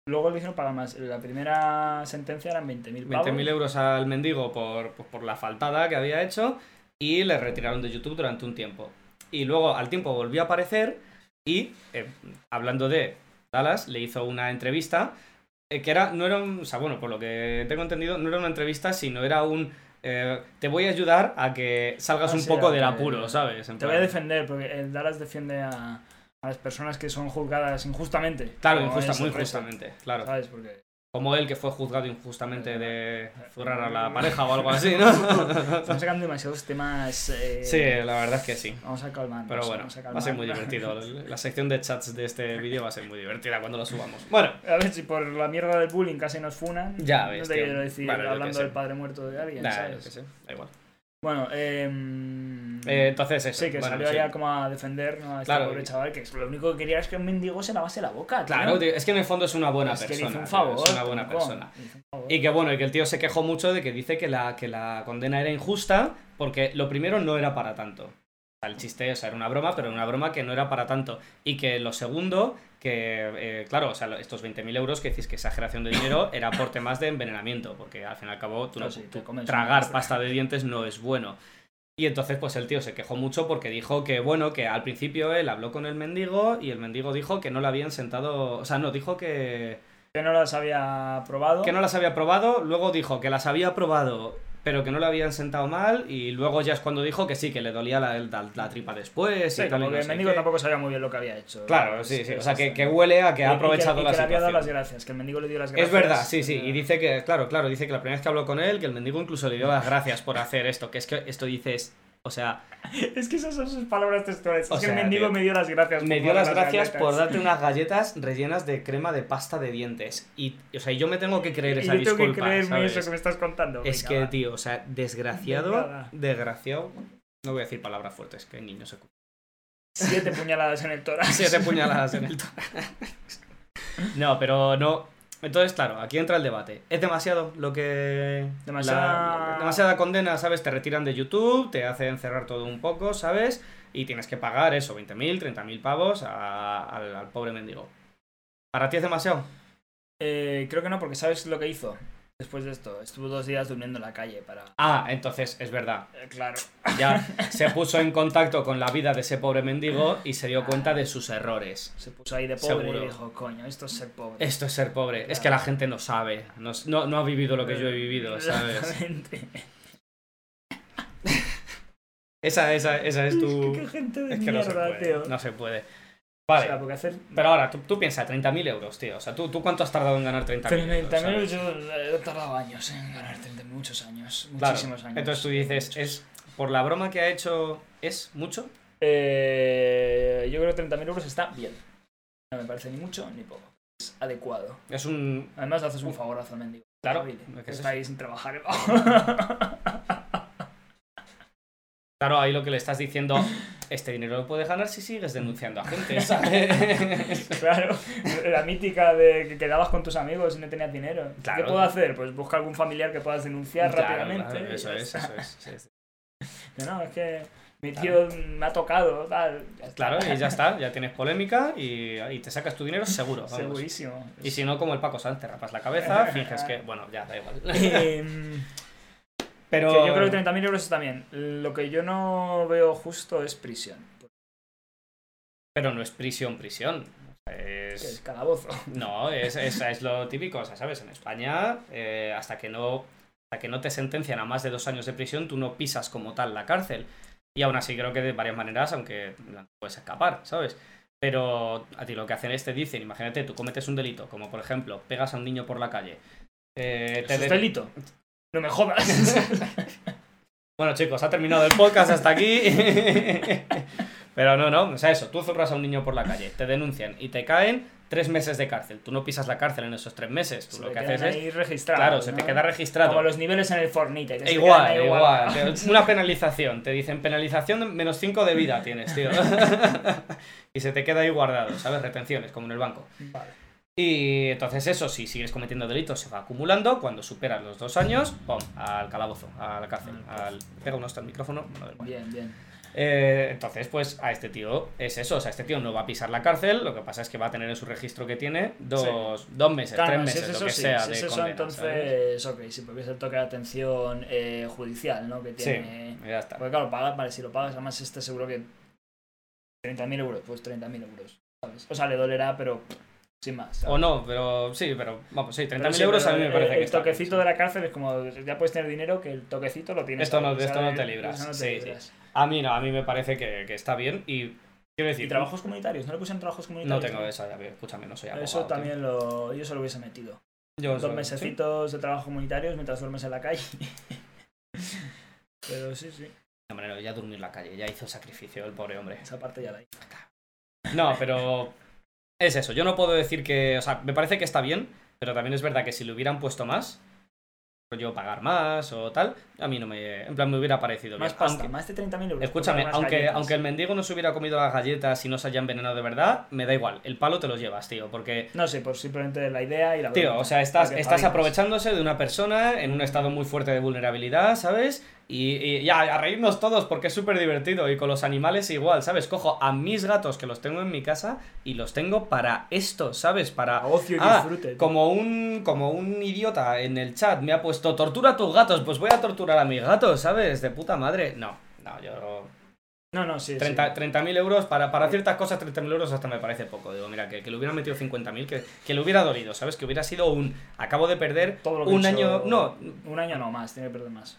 Speaker 2: Luego le dijeron pagar más. La primera sentencia eran 20.000 pavos.
Speaker 1: 20.000 euros al mendigo por, pues, por la faltada que había hecho y le retiraron de YouTube durante un tiempo. Y luego al tiempo volvió a aparecer y, eh, hablando de Dallas, le hizo una entrevista eh, que era, no era un, o sea, bueno, por lo que tengo entendido, no era una entrevista, sino era un... eh, te voy a ayudar a que salgas
Speaker 2: Ah,
Speaker 1: un
Speaker 2: sí,
Speaker 1: poco
Speaker 2: a
Speaker 1: del
Speaker 2: que-
Speaker 1: apuro, ¿sabes? En
Speaker 2: Te voy a
Speaker 1: plan-
Speaker 2: defender, porque el Dallas defiende a, a las personas que son juzgadas injustamente.
Speaker 1: Claro,
Speaker 2: Como
Speaker 1: injusta,
Speaker 2: es
Speaker 1: muy
Speaker 2: el resto,
Speaker 1: injustamente, claro.
Speaker 2: ¿Sabes? Porque
Speaker 1: Como él que fue juzgado injustamente de zurrar a la pareja o
Speaker 2: [LAUGHS]
Speaker 1: algo así, ¿no?
Speaker 2: estamos eh, sacando demasiados temas. eh,
Speaker 1: Sí, la verdad es que sí.
Speaker 2: Vamos a calmarnos.
Speaker 1: Pero bueno,
Speaker 2: vamos
Speaker 1: va a ser
Speaker 2: [LAUGHS]
Speaker 1: muy
Speaker 2: calmarnos.
Speaker 1: divertido. La sección de chats de este vídeo va a ser muy divertida cuando lo subamos. Bueno,
Speaker 2: A ver si por la mierda del bullying casi nos funan.
Speaker 1: Ya ves,
Speaker 2: No te
Speaker 1: tío.
Speaker 2: quiero decir
Speaker 1: Bueno, yo qué
Speaker 2: hablando
Speaker 1: sé.
Speaker 2: del padre muerto de alguien,
Speaker 1: nah, yo
Speaker 2: ¿sabes?
Speaker 1: qué sé, da igual.
Speaker 2: Bueno, eh,
Speaker 1: Eh, entonces, eso.
Speaker 2: sí, que
Speaker 1: bueno,
Speaker 2: salió
Speaker 1: sí.
Speaker 2: allá como a defender ¿no? a este
Speaker 1: Claro,
Speaker 2: pobre
Speaker 1: y-
Speaker 2: chaval, que lo único que quería es que un mendigo se lavase la boca. tío.
Speaker 1: Claro, tío, es que en el fondo es una buena
Speaker 2: Es que le hizo
Speaker 1: persona.
Speaker 2: un
Speaker 1: tío,
Speaker 2: favor,
Speaker 1: es una buena
Speaker 2: tronco,
Speaker 1: persona.
Speaker 2: le hizo un favor.
Speaker 1: Y que bueno, y que el tío se quejó mucho de que dice que la, que la condena era injusta porque lo primero no era para tanto. O sea, El chiste, o sea, era una broma, pero era una broma que no era para tanto. Y que lo segundo, que eh, claro, o sea, lo- estos 20.000 euros que decís que exageración de dinero era por temas de envenenamiento, porque al fin y al cabo tú no,
Speaker 2: Claro, Ah, sí, te comes
Speaker 1: tragar
Speaker 2: una-
Speaker 1: pasta de dientes no es bueno. Y entonces, pues el tío se quejó mucho porque dijo que, bueno, que al principio él habló con el mendigo y el mendigo dijo que no le habían sentado. O sea, no, dijo que,
Speaker 2: Que no las había probado.
Speaker 1: que no las había probado, luego dijo que las había probado, pero que no le habían sentado mal, y luego ya es cuando dijo que sí, que le dolía la, la- la tripa después.
Speaker 2: Sí,
Speaker 1: y tal,
Speaker 2: como
Speaker 1: y no
Speaker 2: que el
Speaker 1: sé
Speaker 2: mendigo
Speaker 1: qué.
Speaker 2: tampoco sabía muy bien lo que había hecho.
Speaker 1: Claro,
Speaker 2: Pues,
Speaker 1: sí, sí.
Speaker 2: pero
Speaker 1: O sea,
Speaker 2: sí,
Speaker 1: que,
Speaker 2: sí.
Speaker 1: que huele a que
Speaker 2: Y-
Speaker 1: ha
Speaker 2: y
Speaker 1: aprovechado
Speaker 2: que,
Speaker 1: la
Speaker 2: y que le había dado
Speaker 1: situación.
Speaker 2: las gracias, que el mendigo le dio las gracias.
Speaker 1: Es verdad, sí, sí. Y
Speaker 2: eh,
Speaker 1: dice que, claro, claro, dice que la primera vez que habló con él, que el mendigo incluso le dio las gracias por hacer esto. Que es que esto dices, o sea,
Speaker 2: Es que esas son sus palabras textuales.
Speaker 1: O
Speaker 2: es que el
Speaker 1: sea,
Speaker 2: mendigo
Speaker 1: tío,
Speaker 2: me dio Pues las gracias.
Speaker 1: me
Speaker 2: por
Speaker 1: dio
Speaker 2: darme
Speaker 1: las gracias
Speaker 2: galletas.
Speaker 1: por
Speaker 2: [LAUGHS]
Speaker 1: darte unas galletas rellenas de crema de pasta de dientes. Y, o sea, yo me tengo que creer
Speaker 2: Y
Speaker 1: esa
Speaker 2: yo tengo que
Speaker 1: disculpa,
Speaker 2: creerme
Speaker 1: ¿sabes?
Speaker 2: eso que me estás contando.
Speaker 1: Es
Speaker 2: Venga,
Speaker 1: que,
Speaker 2: va.
Speaker 1: tío, o sea,
Speaker 2: Venga,
Speaker 1: desgraciado,
Speaker 2: va.
Speaker 1: desgraciado. No voy a decir palabras fuertes, que el niño se escucha.
Speaker 2: Siete puñaladas en el tórax.
Speaker 1: Siete puñaladas en el tórax. [LAUGHS] No, pero no. Entonces, claro, aquí entra el debate. ¿Es demasiado lo que.
Speaker 2: Demasiada-
Speaker 1: demasiada condena, ¿sabes? Te retiran de YouTube, te hacen cerrar todo un poco, ¿sabes? Y tienes que pagar eso, 20.000, 30.000 pavos a- al, al pobre mendigo. ¿Para ti es demasiado?
Speaker 2: Eh, creo que no, porque sabes lo que hizo después de esto. Estuvo dos días durmiendo en la calle para.
Speaker 1: Ah, entonces es verdad.
Speaker 2: Eh, claro.
Speaker 1: Ya se puso en contacto con la vida de ese pobre mendigo y se dio cuenta de sus errores.
Speaker 2: Se puso ahí de pobre
Speaker 1: Seguro.
Speaker 2: y dijo, coño, esto es ser pobre.
Speaker 1: Esto es ser pobre. Es que la gente no sabe. No, s- no, no ha vivido lo que yo
Speaker 2: [LAUGHS]
Speaker 1: he vivido, ¿sabes? [LAUGHS]
Speaker 2: Exactamente.
Speaker 1: Esa, esa, esa es tu...
Speaker 2: Es que [LAUGHS] qué gente de
Speaker 1: Es que no se
Speaker 2: mierda,
Speaker 1: puede.
Speaker 2: tío.
Speaker 1: No se puede.
Speaker 2: O sea,
Speaker 1: Vale.
Speaker 2: porque hacer.
Speaker 1: Pero ahora, tú, tú piensas, 30.000 euros, tío. O sea, ¿tú, ¿tú cuánto has tardado en ganar 30.000 euros?
Speaker 2: 30.000
Speaker 1: ¿sabes?
Speaker 2: yo he tardado años en ganar 30.000, muchos años,
Speaker 1: Claro.
Speaker 2: muchísimos años.
Speaker 1: Entonces tú dices, es por la broma que ha hecho, ¿es mucho?
Speaker 2: Eh, yo creo que 30.000 euros está bien. No me parece ni mucho ni poco. Es adecuado.
Speaker 1: Es un...
Speaker 2: Además, le haces un favorazo al mendigo.
Speaker 1: Claro.
Speaker 2: Horrible,
Speaker 1: ¿qué
Speaker 2: que
Speaker 1: es
Speaker 2: está
Speaker 1: eso?
Speaker 2: ahí sin trabajar. [LAUGHS]
Speaker 1: Claro, ahí lo que le
Speaker 2: [LAUGHS]
Speaker 1: estás diciendo, este dinero lo puedes ganar si sigues denunciando a gente, ¿sabes?
Speaker 2: claro, la mítica de que quedabas con tus amigos y no tenías dinero.
Speaker 1: Claro.
Speaker 2: ¿Qué puedo hacer? Pues busca algún familiar que puedas denunciar
Speaker 1: Claro,
Speaker 2: rápidamente.
Speaker 1: claro,
Speaker 2: y
Speaker 1: eso
Speaker 2: ya
Speaker 1: es,
Speaker 2: está.
Speaker 1: eso es. sí, sí.
Speaker 2: Que No, es que mi tío
Speaker 1: Claro.
Speaker 2: me ha tocado, tal. Ya está.
Speaker 1: Claro, y ya está, ya tienes polémica y, y te sacas tu dinero seguro. vamos.
Speaker 2: Segurísimo. [LAUGHS]
Speaker 1: Y si no, como el Paco Sanz, te rapas la cabeza, finges que. Bueno, ya, da igual.
Speaker 2: [LAUGHS] Em,
Speaker 1: Pero.
Speaker 2: Que yo creo que 30.000 euros está bien. Lo que yo no veo justo es prisión.
Speaker 1: Pero no es prisión, prisión.
Speaker 2: Que es
Speaker 1: Es.
Speaker 2: calabozo.
Speaker 1: No, es, es, es lo típico, o sea, ¿sabes? En España, eh, hasta que no. Hasta que no te sentencian a más de dos años de prisión, tú no pisas como tal la cárcel. Y aún así creo que de varias maneras, aunque la puedes escapar, ¿sabes? Pero a ti lo que hacen es te dicen, imagínate, tú cometes un delito, como por ejemplo, pegas a un niño por la calle. eh,
Speaker 2: Eso es
Speaker 1: de-
Speaker 2: delito. No me jodas.
Speaker 1: Bueno, chicos, ha terminado el podcast hasta aquí. [LAUGHS] Pero no, no, o sea, eso, tú zurras a un niño por la calle, te denuncian y te caen tres meses de cárcel. Tú no pisas la cárcel en esos tres meses. Tú
Speaker 2: Se [LAUGHS]
Speaker 1: [LAUGHS] lo
Speaker 2: te
Speaker 1: que
Speaker 2: quedan
Speaker 1: haces es.
Speaker 2: ahí registrado.
Speaker 1: Claro, se
Speaker 2: ¿no?
Speaker 1: te queda registrado.
Speaker 2: Como los niveles en el Fortnite. que
Speaker 1: E
Speaker 2: se
Speaker 1: igual,
Speaker 2: quedan ahí
Speaker 1: igual.
Speaker 2: guardados. [LAUGHS]
Speaker 1: Te- Una penalización. Te dicen penalización de menos 5 de vida tienes, tío. [LAUGHS] y se te queda ahí guardado, ¿sabes? Retenciones, como en el banco.
Speaker 2: Vale.
Speaker 1: Y entonces eso, si sigues cometiendo delitos, se va acumulando. Cuando superas los dos años, ¡pum! Al calabozo, a la cárcel. Al... Pega un hostia al micrófono. no, da igual.
Speaker 2: Bien, bien.
Speaker 1: Eh, entonces, pues a este tío es eso. O sea, este tío no va a pisar la cárcel. Lo que pasa es que va a tener en su registro que tiene dos, dos meses,
Speaker 2: Claro,
Speaker 1: tres
Speaker 2: si
Speaker 1: meses,
Speaker 2: es
Speaker 1: lo
Speaker 2: eso,
Speaker 1: que
Speaker 2: sí.
Speaker 1: sea.
Speaker 2: Si
Speaker 1: de
Speaker 2: es eso,
Speaker 1: condena, ¿sabes?
Speaker 2: entonces, ok, sí, porque es el toque de atención eh, judicial, ¿no? Que
Speaker 1: Sí,
Speaker 2: tiene.
Speaker 1: ya está.
Speaker 2: Porque claro, pagas, vale, si lo pagas, además está seguro que 30.000 euros, pues 30.000 euros, ¿sabes? O sea, le dolerá, pero sin más. ¿sabes?
Speaker 1: O no, pero sí, pero vamos, sí, 30.000
Speaker 2: Pero sí,
Speaker 1: euros a
Speaker 2: pero
Speaker 1: mí me
Speaker 2: el-
Speaker 1: parece que
Speaker 2: El
Speaker 1: está bien,
Speaker 2: toquecito
Speaker 1: sí.
Speaker 2: de la cárcel es como, ya puedes tener dinero que el toquecito lo tienes.
Speaker 1: Esto
Speaker 2: ahí,
Speaker 1: no-
Speaker 2: o sea,
Speaker 1: esto no
Speaker 2: de-
Speaker 1: te libras,
Speaker 2: de eso
Speaker 1: sí, sí.
Speaker 2: libras.
Speaker 1: A mí no, a mí me parece que, que está bien y quiero decir...
Speaker 2: Y trabajos comunitarios, ¿no le pusieron trabajos
Speaker 1: No
Speaker 2: comunitarios?
Speaker 1: tengo esa, ya veo, escúchame, no soy abogado.
Speaker 2: Eso
Speaker 1: tío. Pues
Speaker 2: también lo. Yo se lo hubiese metido.
Speaker 1: Yo
Speaker 2: Dos
Speaker 1: soy-
Speaker 2: mesecitos de trabajo comunitarios mientras duermes en la calle. Pero sí, sí.
Speaker 1: sí. Hombre, no, ya durmió en la calle, ya hizo sacrificio el pobre hombre.
Speaker 2: Esa parte ya la hice.
Speaker 1: No, pero es eso. Yo no puedo decir que. O sea, me parece que está bien, pero también es verdad que si le hubieran puesto pues más, yo pagar más o tal, A mí no me. En plan, me hubiera parecido
Speaker 2: Más
Speaker 1: bien.
Speaker 2: pasta,
Speaker 1: Aunque-
Speaker 2: más de 30.000 euros.
Speaker 1: escúchame,
Speaker 2: Comprar las
Speaker 1: aunque,
Speaker 2: galletas.
Speaker 1: aunque el mendigo no se hubiera comido las galletas y no se haya envenenado de verdad, me da igual. El palo te lo llevas, tío, porque.
Speaker 2: No sé, por simplemente la idea y la
Speaker 1: Tío,
Speaker 2: broma,
Speaker 1: o sea, estás,
Speaker 2: la que
Speaker 1: estás
Speaker 2: fabricas.
Speaker 1: aprovechándose de una persona en un estado muy fuerte de vulnerabilidad, ¿sabes? Y, y ya, a reírnos todos porque es súper divertido. Y con los animales igual, ¿sabes? Cojo a mis gatos que los tengo en mi casa y los tengo para esto, ¿sabes? Para
Speaker 2: A Ocio y
Speaker 1: Ah,
Speaker 2: disfrute. tío.
Speaker 1: como un, como un idiota en el chat me ha puesto tortura a tus gatos, pues voy a torturar a mis gatos, ¿sabes? De puta madre. No, no, yo.
Speaker 2: No, no, sí. sí.
Speaker 1: 30 30.000 euros, para, para ciertas cosas 30.000 euros hasta me parece poco. Digo, mira, que, que le hubieran metido 50.000, que, que le hubiera dolido, ¿sabes? Que hubiera sido un. Acabo de perder
Speaker 2: Todo lo que he
Speaker 1: un
Speaker 2: hecho-
Speaker 1: año. No,
Speaker 2: Un año no más, tiene que perder más.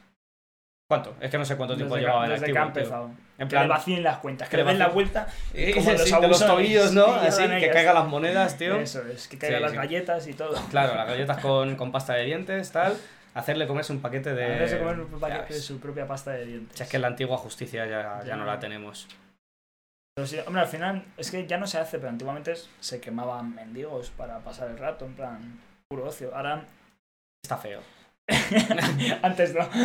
Speaker 1: ¿cuánto? Es que no sé cuánto tiempo
Speaker 2: desde que-
Speaker 1: llevaba en
Speaker 2: desde que
Speaker 1: activo.
Speaker 2: ha
Speaker 1: tío.
Speaker 2: empezado.
Speaker 1: En
Speaker 2: Que le
Speaker 1: plan.
Speaker 2: vacíen las cuentas, que
Speaker 1: que
Speaker 2: le
Speaker 1: le
Speaker 2: den la vuelta.
Speaker 1: eh,
Speaker 2: como los
Speaker 1: sí, de los
Speaker 2: abusos,
Speaker 1: tobillos, ¿no?
Speaker 2: sí,
Speaker 1: Así,
Speaker 2: hagan
Speaker 1: que
Speaker 2: ellas.
Speaker 1: caigan las monedas, tío.
Speaker 2: Eso es, que caigan
Speaker 1: Sí,
Speaker 2: las
Speaker 1: sí.
Speaker 2: galletas y todo.
Speaker 1: Claro, las galletas con, con pasta de dientes, tal. Hacerle comerse un paquete de.
Speaker 2: Hacerse comer un
Speaker 1: Ya
Speaker 2: paquete
Speaker 1: ves.
Speaker 2: de su propia pasta de dientes.
Speaker 1: Si es que la antigua justicia ya, ya
Speaker 2: Ya.
Speaker 1: no la tenemos.
Speaker 2: Pero sí, hombre, al final es que ya no se hace, pero antiguamente se quemaban mendigos para pasar el rato, en plan puro ocio. Ahora, [LAUGHS]
Speaker 1: Está feo.
Speaker 2: antes no. [LAUGHS] antes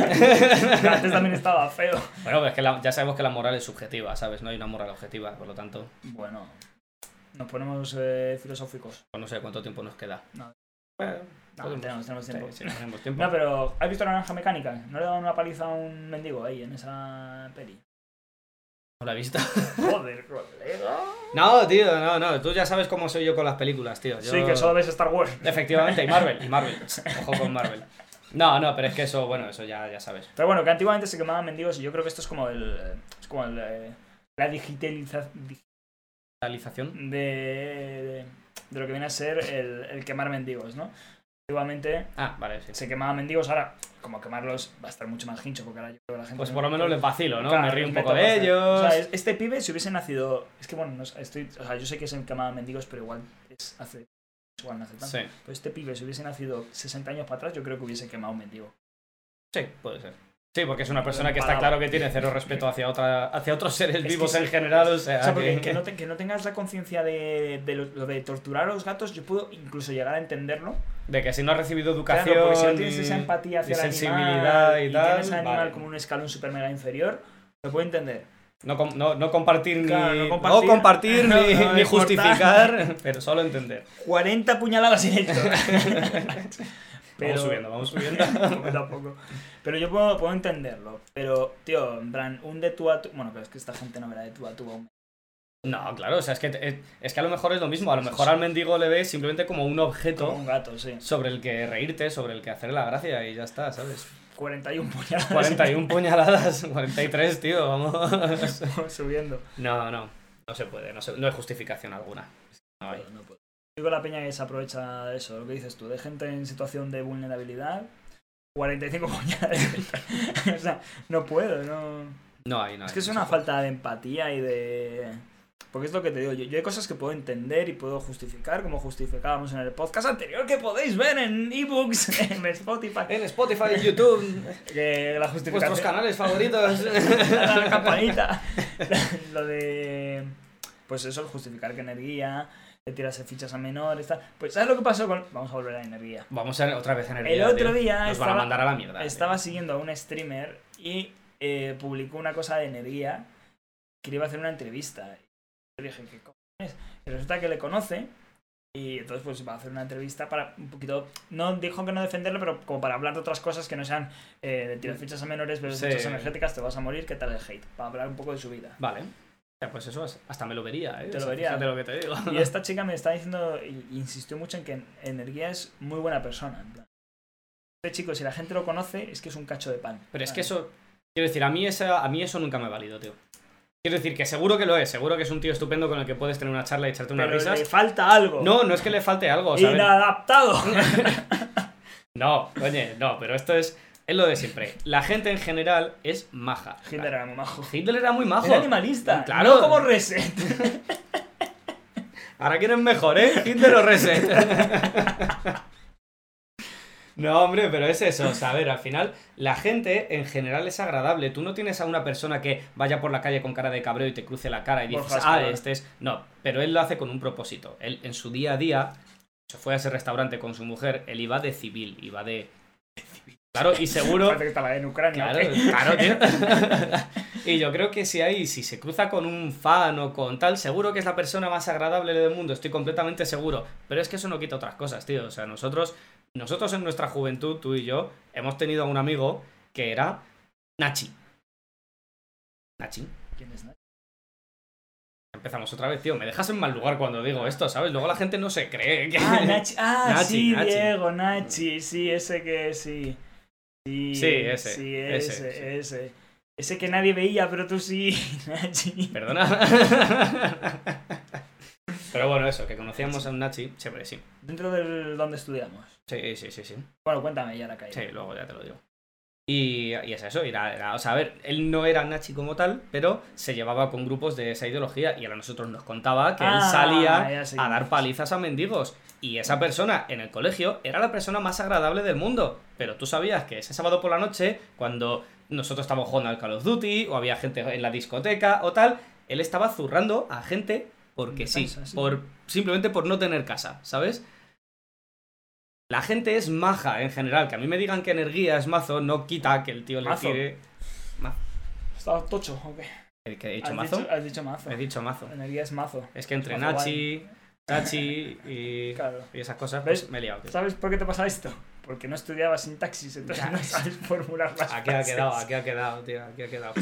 Speaker 1: bueno,
Speaker 2: también estaba feo.
Speaker 1: pero es que la- ya sabemos que la moral es subjetiva, ¿sabes? No hay una moral objetiva, por lo tanto,
Speaker 2: Bueno, nos ponemos eh, filosóficos.
Speaker 1: pues no sé cuánto tiempo nos queda.
Speaker 2: No.
Speaker 1: Bueno,
Speaker 2: No,
Speaker 1: podemos.
Speaker 2: tenemos, tenemos
Speaker 1: Sí,
Speaker 2: tiempo.
Speaker 1: sí, tenemos tiempo.
Speaker 2: No, pero ¿has visto la naranja mecánica? ¿No le daban una paliza a un mendigo ahí en esa
Speaker 1: [LAUGHS]
Speaker 2: peli?
Speaker 1: No la he visto.
Speaker 2: Joder, colega.
Speaker 1: [LAUGHS] No, tío, no, no. Tú ya sabes cómo soy yo con las películas, tío. Yo-
Speaker 2: Sí, que solo ves Star Wars.
Speaker 1: Efectivamente, y Marvel, y Marvel.
Speaker 2: [LAUGHS]
Speaker 1: Ojo con Marvel. No, no, pero es que eso, bueno, eso ya, ya sabes.
Speaker 2: Pero bueno, que antiguamente se quemaban mendigos y yo creo que esto es como el. Es como el. eh, la digitalización
Speaker 1: Realización.
Speaker 2: de, de, de lo que viene a ser el, el quemar mendigos, ¿no? Antiguamente
Speaker 1: Ah, vale, sí.
Speaker 2: se quemaban mendigos, ahora, como quemarlos va a estar mucho más hincho, porque ahora yo creo que la gente.
Speaker 1: Pues
Speaker 2: no-
Speaker 1: por lo menos les vacilo, ¿no?
Speaker 2: Claro,
Speaker 1: Me río un
Speaker 2: les
Speaker 1: poco
Speaker 2: meto
Speaker 1: de
Speaker 2: bastante. O
Speaker 1: ellos.
Speaker 2: sea, es- este pibe, si hubiese nacido. Es que bueno, no sé, estoy, o sea, yo sé que se quemaban mendigos, pero igual es hace. Igual no hace tanto.
Speaker 1: Sí,
Speaker 2: Pero este pibe, si hubiese nacido 60 años para atrás, yo creo que hubiese quemado un mendigo.
Speaker 1: sí, puede ser. Sí, porque es una persona que está
Speaker 2: Empalado.
Speaker 1: claro que tiene cero respeto hacia otra hacia otros seres
Speaker 2: Es que
Speaker 1: vivos
Speaker 2: sí.
Speaker 1: en general, o sea,
Speaker 2: O sea, porque
Speaker 1: que-
Speaker 2: que no, te- que no tengas la conciencia de, de lo, lo de torturar a los gatos, yo puedo incluso llegar a entenderlo.
Speaker 1: de que si no has recibido educación,
Speaker 2: Claro, porque si no tienes esa empatía hacia
Speaker 1: y
Speaker 2: el animal
Speaker 1: sensibilidad y tal,
Speaker 2: tienes al animal
Speaker 1: vale.
Speaker 2: como un escalón super mega inferior, lo puedo entender.
Speaker 1: no, com- no- no compartir ni
Speaker 2: Claro, no
Speaker 1: no compartir,
Speaker 2: compartir, [LAUGHS]
Speaker 1: ni,
Speaker 2: no- no
Speaker 1: ni
Speaker 2: importar.
Speaker 1: justificar, [LAUGHS] pero solo entender.
Speaker 2: 40 puñaladas en esto.
Speaker 1: [LAUGHS] Vamos subiendo, vamos subiendo.
Speaker 2: [LAUGHS] Poco a poco. Pero yo puedo, puedo entenderlo. Pero, tío, en plan, un de tú a tú. Bueno, pero es que esta gente no verá de tú a tú. a un-
Speaker 1: No, claro, o sea, es que te- es que a lo mejor es lo mismo, a lo mejor al mendigo le ves simplemente como un objeto
Speaker 2: Como un gato, sí.
Speaker 1: sobre el que reírte, sobre el que hacer la gracia y ya está, ¿sabes?
Speaker 2: [LAUGHS] 41 puñaladas.
Speaker 1: 41 puñaladas, 43, tío, vamos. [LAUGHS]
Speaker 2: [LAUGHS] Subiendo.
Speaker 1: No, no, no se puede, no, se- no hay justificación alguna. No hay.
Speaker 2: Pero no puedo. Digo la peña que se aprovecha de eso, lo que dices tú, de gente en situación de vulnerabilidad. [LAUGHS] 45 puñales. o sea, no puedo, no.
Speaker 1: No hay, no hay.
Speaker 2: Es que es
Speaker 1: no
Speaker 2: una
Speaker 1: se puede.
Speaker 2: falta de empatía y de. Porque es lo que te digo, yo, yo hay cosas que puedo entender y puedo justificar, como justificábamos en el podcast anterior que podéis ver en ebooks, [LAUGHS] en Spotify.
Speaker 1: En Spotify,
Speaker 2: [LAUGHS]
Speaker 1: YouTube,
Speaker 2: Que la
Speaker 1: vuestros
Speaker 2: justificación.
Speaker 1: canales favoritos.
Speaker 2: Dale a [LAUGHS] la campanita. [LAUGHS] lo de. Pues eso, el justificar que energía, que tirase fichas a menores, tal. Pues ¿sabes lo que pasó con.? Vamos a volver a energía.
Speaker 1: Vamos a otra vez en el
Speaker 2: El
Speaker 1: vídeo,
Speaker 2: otro
Speaker 1: tío.
Speaker 2: día
Speaker 1: Nos
Speaker 2: estaba-
Speaker 1: van a mandar a la mierda. tío.
Speaker 2: Estaba siguiendo a un streamer y eh, publicó una cosa de energía que le iba a hacer una entrevista. Y yo dije, ¿qué cojones? Y resulta que le conoce y entonces pues va a hacer una entrevista para un poquito... No dijo que no defenderlo, pero como para hablar de otras cosas que no sean eh, de tirar fichas a menores, pero
Speaker 1: Mm. Sí.
Speaker 2: fichas energéticas, te vas a morir, ¿qué tal el hate? Para hablar un poco de su vida.
Speaker 1: Vale. O sea, pues eso, es- hasta me lo vería, ¿eh?
Speaker 2: Te lo
Speaker 1: O sea,
Speaker 2: vería.
Speaker 1: Fíjate lo que te digo. [LAUGHS]
Speaker 2: Y esta chica me está diciendo, y- y insistió mucho en que energía es muy buena persona. en plan, Este chico, si la gente lo conoce, es que es un cacho de pan.
Speaker 1: Pero es que
Speaker 2: Vale.
Speaker 1: eso. Quiero decir, a mí, esa, a mí eso nunca me ha valido, tío. Quiero decir que seguro que lo es, seguro que es un tío estupendo con el que puedes tener una charla y echarte unas
Speaker 2: Pero le
Speaker 1: risas.
Speaker 2: falta algo.
Speaker 1: No, no es que le falte algo, o sea, a ver- [LAUGHS]
Speaker 2: Inadaptado. [LAUGHS]
Speaker 1: No, oye, no, pero esto es, es lo de siempre. La gente en general es maja.
Speaker 2: Hitler era muy majo.
Speaker 1: Hitler era muy majo.
Speaker 2: Era animalista.
Speaker 1: Claro.
Speaker 2: No como [LAUGHS] reset.
Speaker 1: Ahora quieren mejor, ¿eh? Hitler o Reset. No, hombre, pero es eso. O sea, a ver, al final, la gente en general es agradable. Tú no tienes a una persona que vaya por la calle con cara de cabreo y te cruce la cara y
Speaker 2: Borja
Speaker 1: dices, ah,
Speaker 2: Escobar".
Speaker 1: este es. No, pero él lo hace con un propósito. Él, en su día a día, se fue a ese restaurante con su mujer, él iba de civil, iba de. Claro, y
Speaker 2: [LAUGHS]
Speaker 1: seguro.
Speaker 2: Parece que está la en Ucrania.
Speaker 1: [LAUGHS] Claro,
Speaker 2: ¿ok?
Speaker 1: claro, tío. y yo creo que si ahí, si se cruza con un fan o con tal, seguro que es la persona más agradable del mundo, estoy completamente seguro. Pero es que eso no quita otras cosas, tío. O sea, nosotros, nosotros en nuestra juventud, tú y yo, hemos tenido a un amigo que era Nachi. Nachi.
Speaker 2: ¿Quién es? Nacho?
Speaker 1: Empezamos otra vez, tío. Me dejas en mal lugar cuando digo esto, ¿sabes? Luego la gente no se cree. que- [LAUGHS]
Speaker 2: Ah, Nachi. Ah,
Speaker 1: Nachi,
Speaker 2: sí,
Speaker 1: Nachi.
Speaker 2: Diego, Nachi. Sí, ese que sí. Sí,
Speaker 1: Sí, ese,
Speaker 2: Sí,
Speaker 1: ese,
Speaker 2: ese,
Speaker 1: sí.
Speaker 2: ese. Ese, que nadie veía, pero tú sí, [LAUGHS] Nachi.
Speaker 1: Perdona. [LAUGHS] Pero bueno, eso, que conocíamos a un Nachi, siempre sí.
Speaker 2: Dentro del donde estudiamos.
Speaker 1: Sí, sí, sí, sí.
Speaker 2: Bueno, cuéntame ya la calle.
Speaker 1: Sí, luego ya te lo digo. Y, y es eso, era, era- o sea, a ver, él no era Nachi como tal, pero se llevaba con grupos de esa ideología y a nosotros nos contaba que él
Speaker 2: Ah,
Speaker 1: salía
Speaker 2: ya sé
Speaker 1: a
Speaker 2: quién
Speaker 1: dar
Speaker 2: es.
Speaker 1: palizas a mendigos. Y esa persona en el colegio era la persona más agradable del mundo. Pero tú sabías que ese sábado por la noche, cuando nosotros estábamos jugando al Call of Duty o había gente en la discoteca o tal, él estaba zurrando a gente porque
Speaker 2: De
Speaker 1: sí,
Speaker 2: casa, sí.
Speaker 1: por simplemente por no tener casa, ¿sabes? La gente es maja en general, que a mí me digan que energía es mazo no quita que el tío le
Speaker 2: Mazo.
Speaker 1: tire
Speaker 2: ¿Estaba tocho o qué?
Speaker 1: ¿El que he dicho
Speaker 2: ¿Has
Speaker 1: mazo?
Speaker 2: Dicho, has dicho mazo.
Speaker 1: He dicho mazo.
Speaker 2: Energía es mazo.
Speaker 1: Es que entre
Speaker 2: Mazo
Speaker 1: Nachi, Tachi y,
Speaker 2: Claro.
Speaker 1: y esas cosas,
Speaker 2: ¿Ves?
Speaker 1: pues me he liado. tío.
Speaker 2: ¿Sabes por qué te pasa esto? Porque no estudiabas sintaxis, entonces
Speaker 1: Ya.
Speaker 2: no sabes formular las
Speaker 1: Aquí ha
Speaker 2: frases.
Speaker 1: quedado, aquí ha quedado, tío, aquí ha quedado.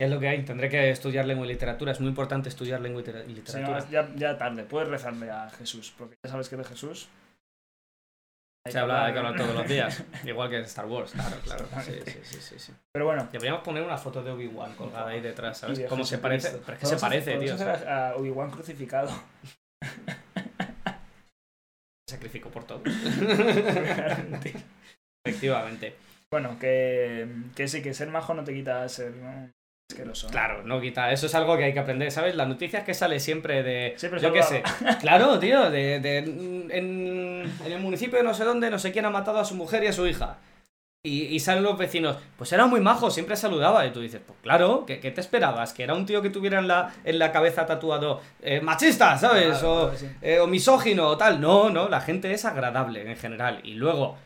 Speaker 1: Es lo que hay, tendré que estudiar lengua y literatura, es muy importante estudiar lengua y litera-
Speaker 2: Si
Speaker 1: y
Speaker 2: no,
Speaker 1: literatura.
Speaker 2: ya, ya tarde, puedes rezarle a Jesús, porque ya sabes que de Jesús. hay
Speaker 1: Se
Speaker 2: que
Speaker 1: habla, hay que
Speaker 2: hablar.
Speaker 1: hablar todos los días, igual que en Star Wars, claro, claro. Sí,
Speaker 2: Exactamente.
Speaker 1: sí, sí, sí, sí.
Speaker 2: [LAUGHS] Pero bueno,
Speaker 1: Deberíamos poner una foto de Obi-Wan colgada ahí detrás,
Speaker 2: Y
Speaker 1: ¿sabes?
Speaker 2: de
Speaker 1: Cómo se parece,
Speaker 2: Jesucristo.
Speaker 1: pero es que se
Speaker 2: Podemos hacer-
Speaker 1: parece, tío.
Speaker 2: podemos hacer a a Obi-Wan crucificado.
Speaker 1: [LAUGHS] sacrificó por [LAUGHS] todo.
Speaker 2: Realmente.
Speaker 1: Efectivamente.
Speaker 2: bueno, que, que sí, que ser majo no te quita ser ¿no? asqueroso. ¿no?
Speaker 1: Claro, no quita. Eso es algo que hay que aprender, ¿sabes? Las noticias que sale siempre de.
Speaker 2: Siempre
Speaker 1: yo qué sé.
Speaker 2: saludable.
Speaker 1: Claro, tío. De, de- en, en el municipio de no sé dónde, no sé quién ha matado a su mujer y a su hija. Y, y salen los vecinos. Pues era muy majo, siempre saludaba. Y tú dices, pues claro, ¿qué, qué te esperabas? Que era un tío que tuviera en la, en la cabeza tatuado eh, machista, ¿sabes?
Speaker 2: Claro,
Speaker 1: o,
Speaker 2: claro, sí.
Speaker 1: eh, o misógino o tal. No, no, la gente es agradable en general. Y luego,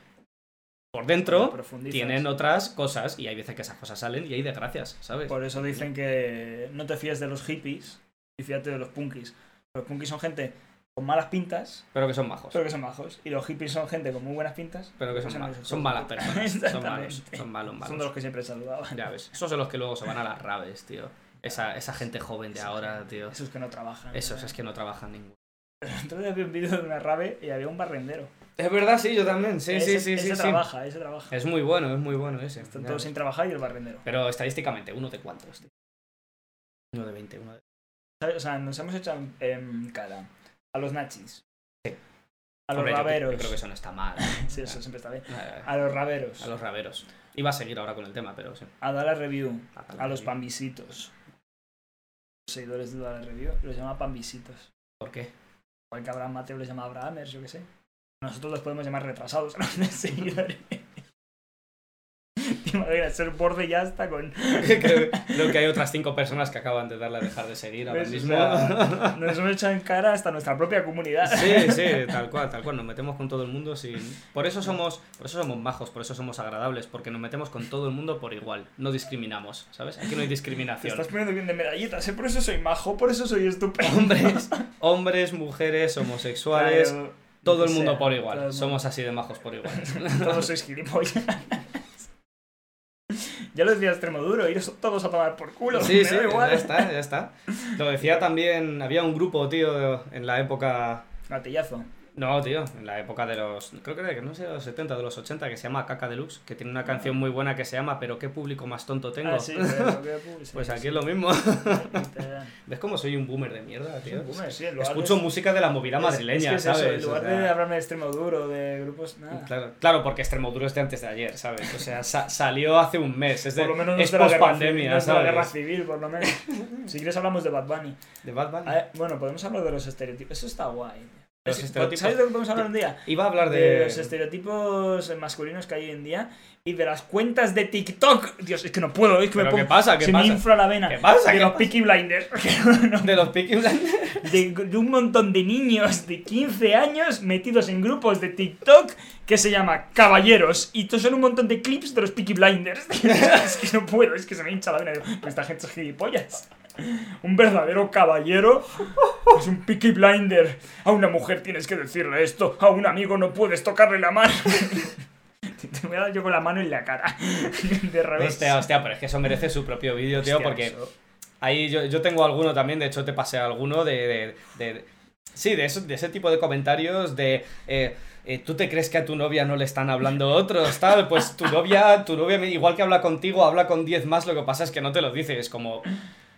Speaker 1: por dentro,
Speaker 2: Profundizas.
Speaker 1: tienen otras cosas y hay veces que esas cosas salen y hay desgracias, ¿sabes?
Speaker 2: Por eso dicen que no te fíes de los hippies y fíjate de los punkis. Los punkis son gente con malas pintas,
Speaker 1: Pero que son majos.
Speaker 2: pero que son majos. Y los hippies son gente con muy buenas pintas,
Speaker 1: Pero que son malos. Son malas
Speaker 2: [LAUGHS]
Speaker 1: personas. Son malos.
Speaker 2: Exactamente.
Speaker 1: Son malos,
Speaker 2: Son de
Speaker 1: malos.
Speaker 2: los que siempre saludaba.
Speaker 1: Ya ves. Esos son los que luego se van a las raves, tío. Esa, esa gente joven de ahora, tío.
Speaker 2: Esos que no trabajan.
Speaker 1: Esos es que no trabajan ninguno.
Speaker 2: Entonces había un vídeo de una rave y había un barrendero.
Speaker 1: Es verdad, sí, yo también.
Speaker 2: ese, ese trabaja, ese trabaja.
Speaker 1: Es muy bueno, es muy bueno ese.
Speaker 2: Están
Speaker 1: Ya
Speaker 2: todos
Speaker 1: ves.
Speaker 2: sin trabajar y el barrendero.
Speaker 1: Pero estadísticamente, ¿uno de cuántos? tío? Uno de 20, uno de...
Speaker 2: ¿Sabes? O sea, nos hemos hecho em, cara a los nachis.
Speaker 1: Sí.
Speaker 2: A los
Speaker 1: Hombre, yo cre-
Speaker 2: raberos.
Speaker 1: Yo, creo que eso no está mal.
Speaker 2: [LAUGHS] Sí, eso siempre está bien.
Speaker 1: A,
Speaker 2: A los raberos.
Speaker 1: a los raveros. Iba a seguir ahora con el tema, pero sí.
Speaker 2: A Dala Review.
Speaker 1: Fatal.
Speaker 2: A los pambisitos. Los seguidores de Dala Review los llama pambisitos.
Speaker 1: ¿Por qué?
Speaker 2: Igual que Abraham Mateo les llama Abrahamers, yo qué sé. Nosotros los podemos llamar retrasados [LAUGHS] a los de seguidores. Te imaginas, ser borde ya hasta con...
Speaker 1: creo, [LAUGHS] creo que hay otras cinco personas que acaban de darle a dejar de seguir ahora
Speaker 2: ¿Ves? Pues, O
Speaker 1: mismo.
Speaker 2: sea, nos hemos echado en cara hasta nuestra propia comunidad.
Speaker 1: [LAUGHS] Sí, sí, tal cual, tal cual. Nos metemos con todo el mundo sin. Por eso somos, por eso somos majos, por eso somos agradables, porque nos metemos con todo el mundo por igual. No discriminamos, ¿sabes? Aquí no hay
Speaker 2: Te
Speaker 1: discriminación.
Speaker 2: estás poniendo bien de medallitas, ¿eh? por eso soy majo, por eso soy estupendo.
Speaker 1: Hombres, hombres, mujeres, homosexuales,
Speaker 2: Claro,
Speaker 1: todo
Speaker 2: lo
Speaker 1: el
Speaker 2: que
Speaker 1: mundo
Speaker 2: sea,
Speaker 1: por
Speaker 2: todo
Speaker 1: igual.
Speaker 2: el mundo.
Speaker 1: Somos así de majos por igual.
Speaker 2: [LAUGHS] Todos sois gilipollas. [LAUGHS] ya lo decía Extremoduro, iros todos a tomar por culo.
Speaker 1: Sí,
Speaker 2: me
Speaker 1: sí, eh.
Speaker 2: da igual.
Speaker 1: ya está, ya está. Lo decía también, había un grupo, tío, en la época.
Speaker 2: Gatillazo.
Speaker 1: No, tío, en la época de los. Creo que era de no sé, de los 70, de los 80, que se llama Caca Deluxe, que tiene una canción muy buena que se llama Pero qué público más tonto tengo.
Speaker 2: Ah, sí, pero-
Speaker 1: [LAUGHS]
Speaker 2: pero- sí,
Speaker 1: Pues
Speaker 2: sí,
Speaker 1: aquí
Speaker 2: sí. [LAUGHS]
Speaker 1: es lo mismo.
Speaker 2: Literal.
Speaker 1: ¿Ves cómo soy un boomer de mierda, tío?
Speaker 2: Bueno, sí, en lugar de-
Speaker 1: Escucho música de la movida
Speaker 2: es
Speaker 1: madrileña,
Speaker 2: que es eso,
Speaker 1: ¿sabes?
Speaker 2: en lugar
Speaker 1: O sea,
Speaker 2: de hablarme de Extremoduro, de grupos, nada.
Speaker 1: Claro, claro, porque Extremoduro es de antes de ayer, ¿sabes? O sea, sa- salió hace un mes, es, de,
Speaker 2: Por lo menos no
Speaker 1: es
Speaker 2: es de la guerra civil, no
Speaker 1: post-pandemia,
Speaker 2: es de la guerra
Speaker 1: ¿sabes?
Speaker 2: civil, por lo
Speaker 1: [LAUGHS]
Speaker 2: menos. Si quieres hablamos de Bad Bunny.
Speaker 1: De Bad Bunny.
Speaker 2: Ah, Bueno, podemos hablar de los estereotipos. Eso está guay.
Speaker 1: Los
Speaker 2: Es-
Speaker 1: estereotipos.
Speaker 2: ¿Sabes de lo que podemos hablar un día?
Speaker 1: Iba a hablar de.
Speaker 2: de los estereotipos masculinos que hay hoy en día y de las cuentas de TikTok. Dios, es que no puedo, es que me
Speaker 1: ¿Pero
Speaker 2: pongo.
Speaker 1: qué pasa? ¿Qué
Speaker 2: se
Speaker 1: pasa?
Speaker 2: me infla la vena.
Speaker 1: ¿Qué pasa?
Speaker 2: De
Speaker 1: ¿Qué
Speaker 2: los
Speaker 1: pasa?
Speaker 2: Peaky Blinders.
Speaker 1: [LAUGHS]
Speaker 2: [LAUGHS]
Speaker 1: de los Peaky Blinders.
Speaker 2: de, de un montón de niños de 15 años metidos en grupos de TikTok que se llama Caballeros. Y estos son un montón de clips de los Peaky Blinders. [LAUGHS] es que no puedo, es que se me hincha la vena. Digo, Pero esta gente es gilipollas. Un verdadero caballero es un Peaky Blinder. A una mujer tienes que decirle esto. A un amigo no puedes tocarle la mano. [LAUGHS] Te voy a dar yo con la mano en la cara. [LAUGHS] De revés.
Speaker 1: Hostia, hostia, pero es que eso merece su propio vídeo, Este tío,
Speaker 2: Hostia,
Speaker 1: porque.
Speaker 2: eso.
Speaker 1: Ahí yo, yo tengo alguno también, de hecho te pasé alguno de... de- de- sí, de, eso, de ese tipo de comentarios de... eh, eh, ¿Tú te crees que a tu novia no le están hablando otros? Tal, pues tu novia, tu novia, igual que habla contigo, habla con 10 más, lo que pasa es que no te lo dice, es como...
Speaker 2: [LAUGHS]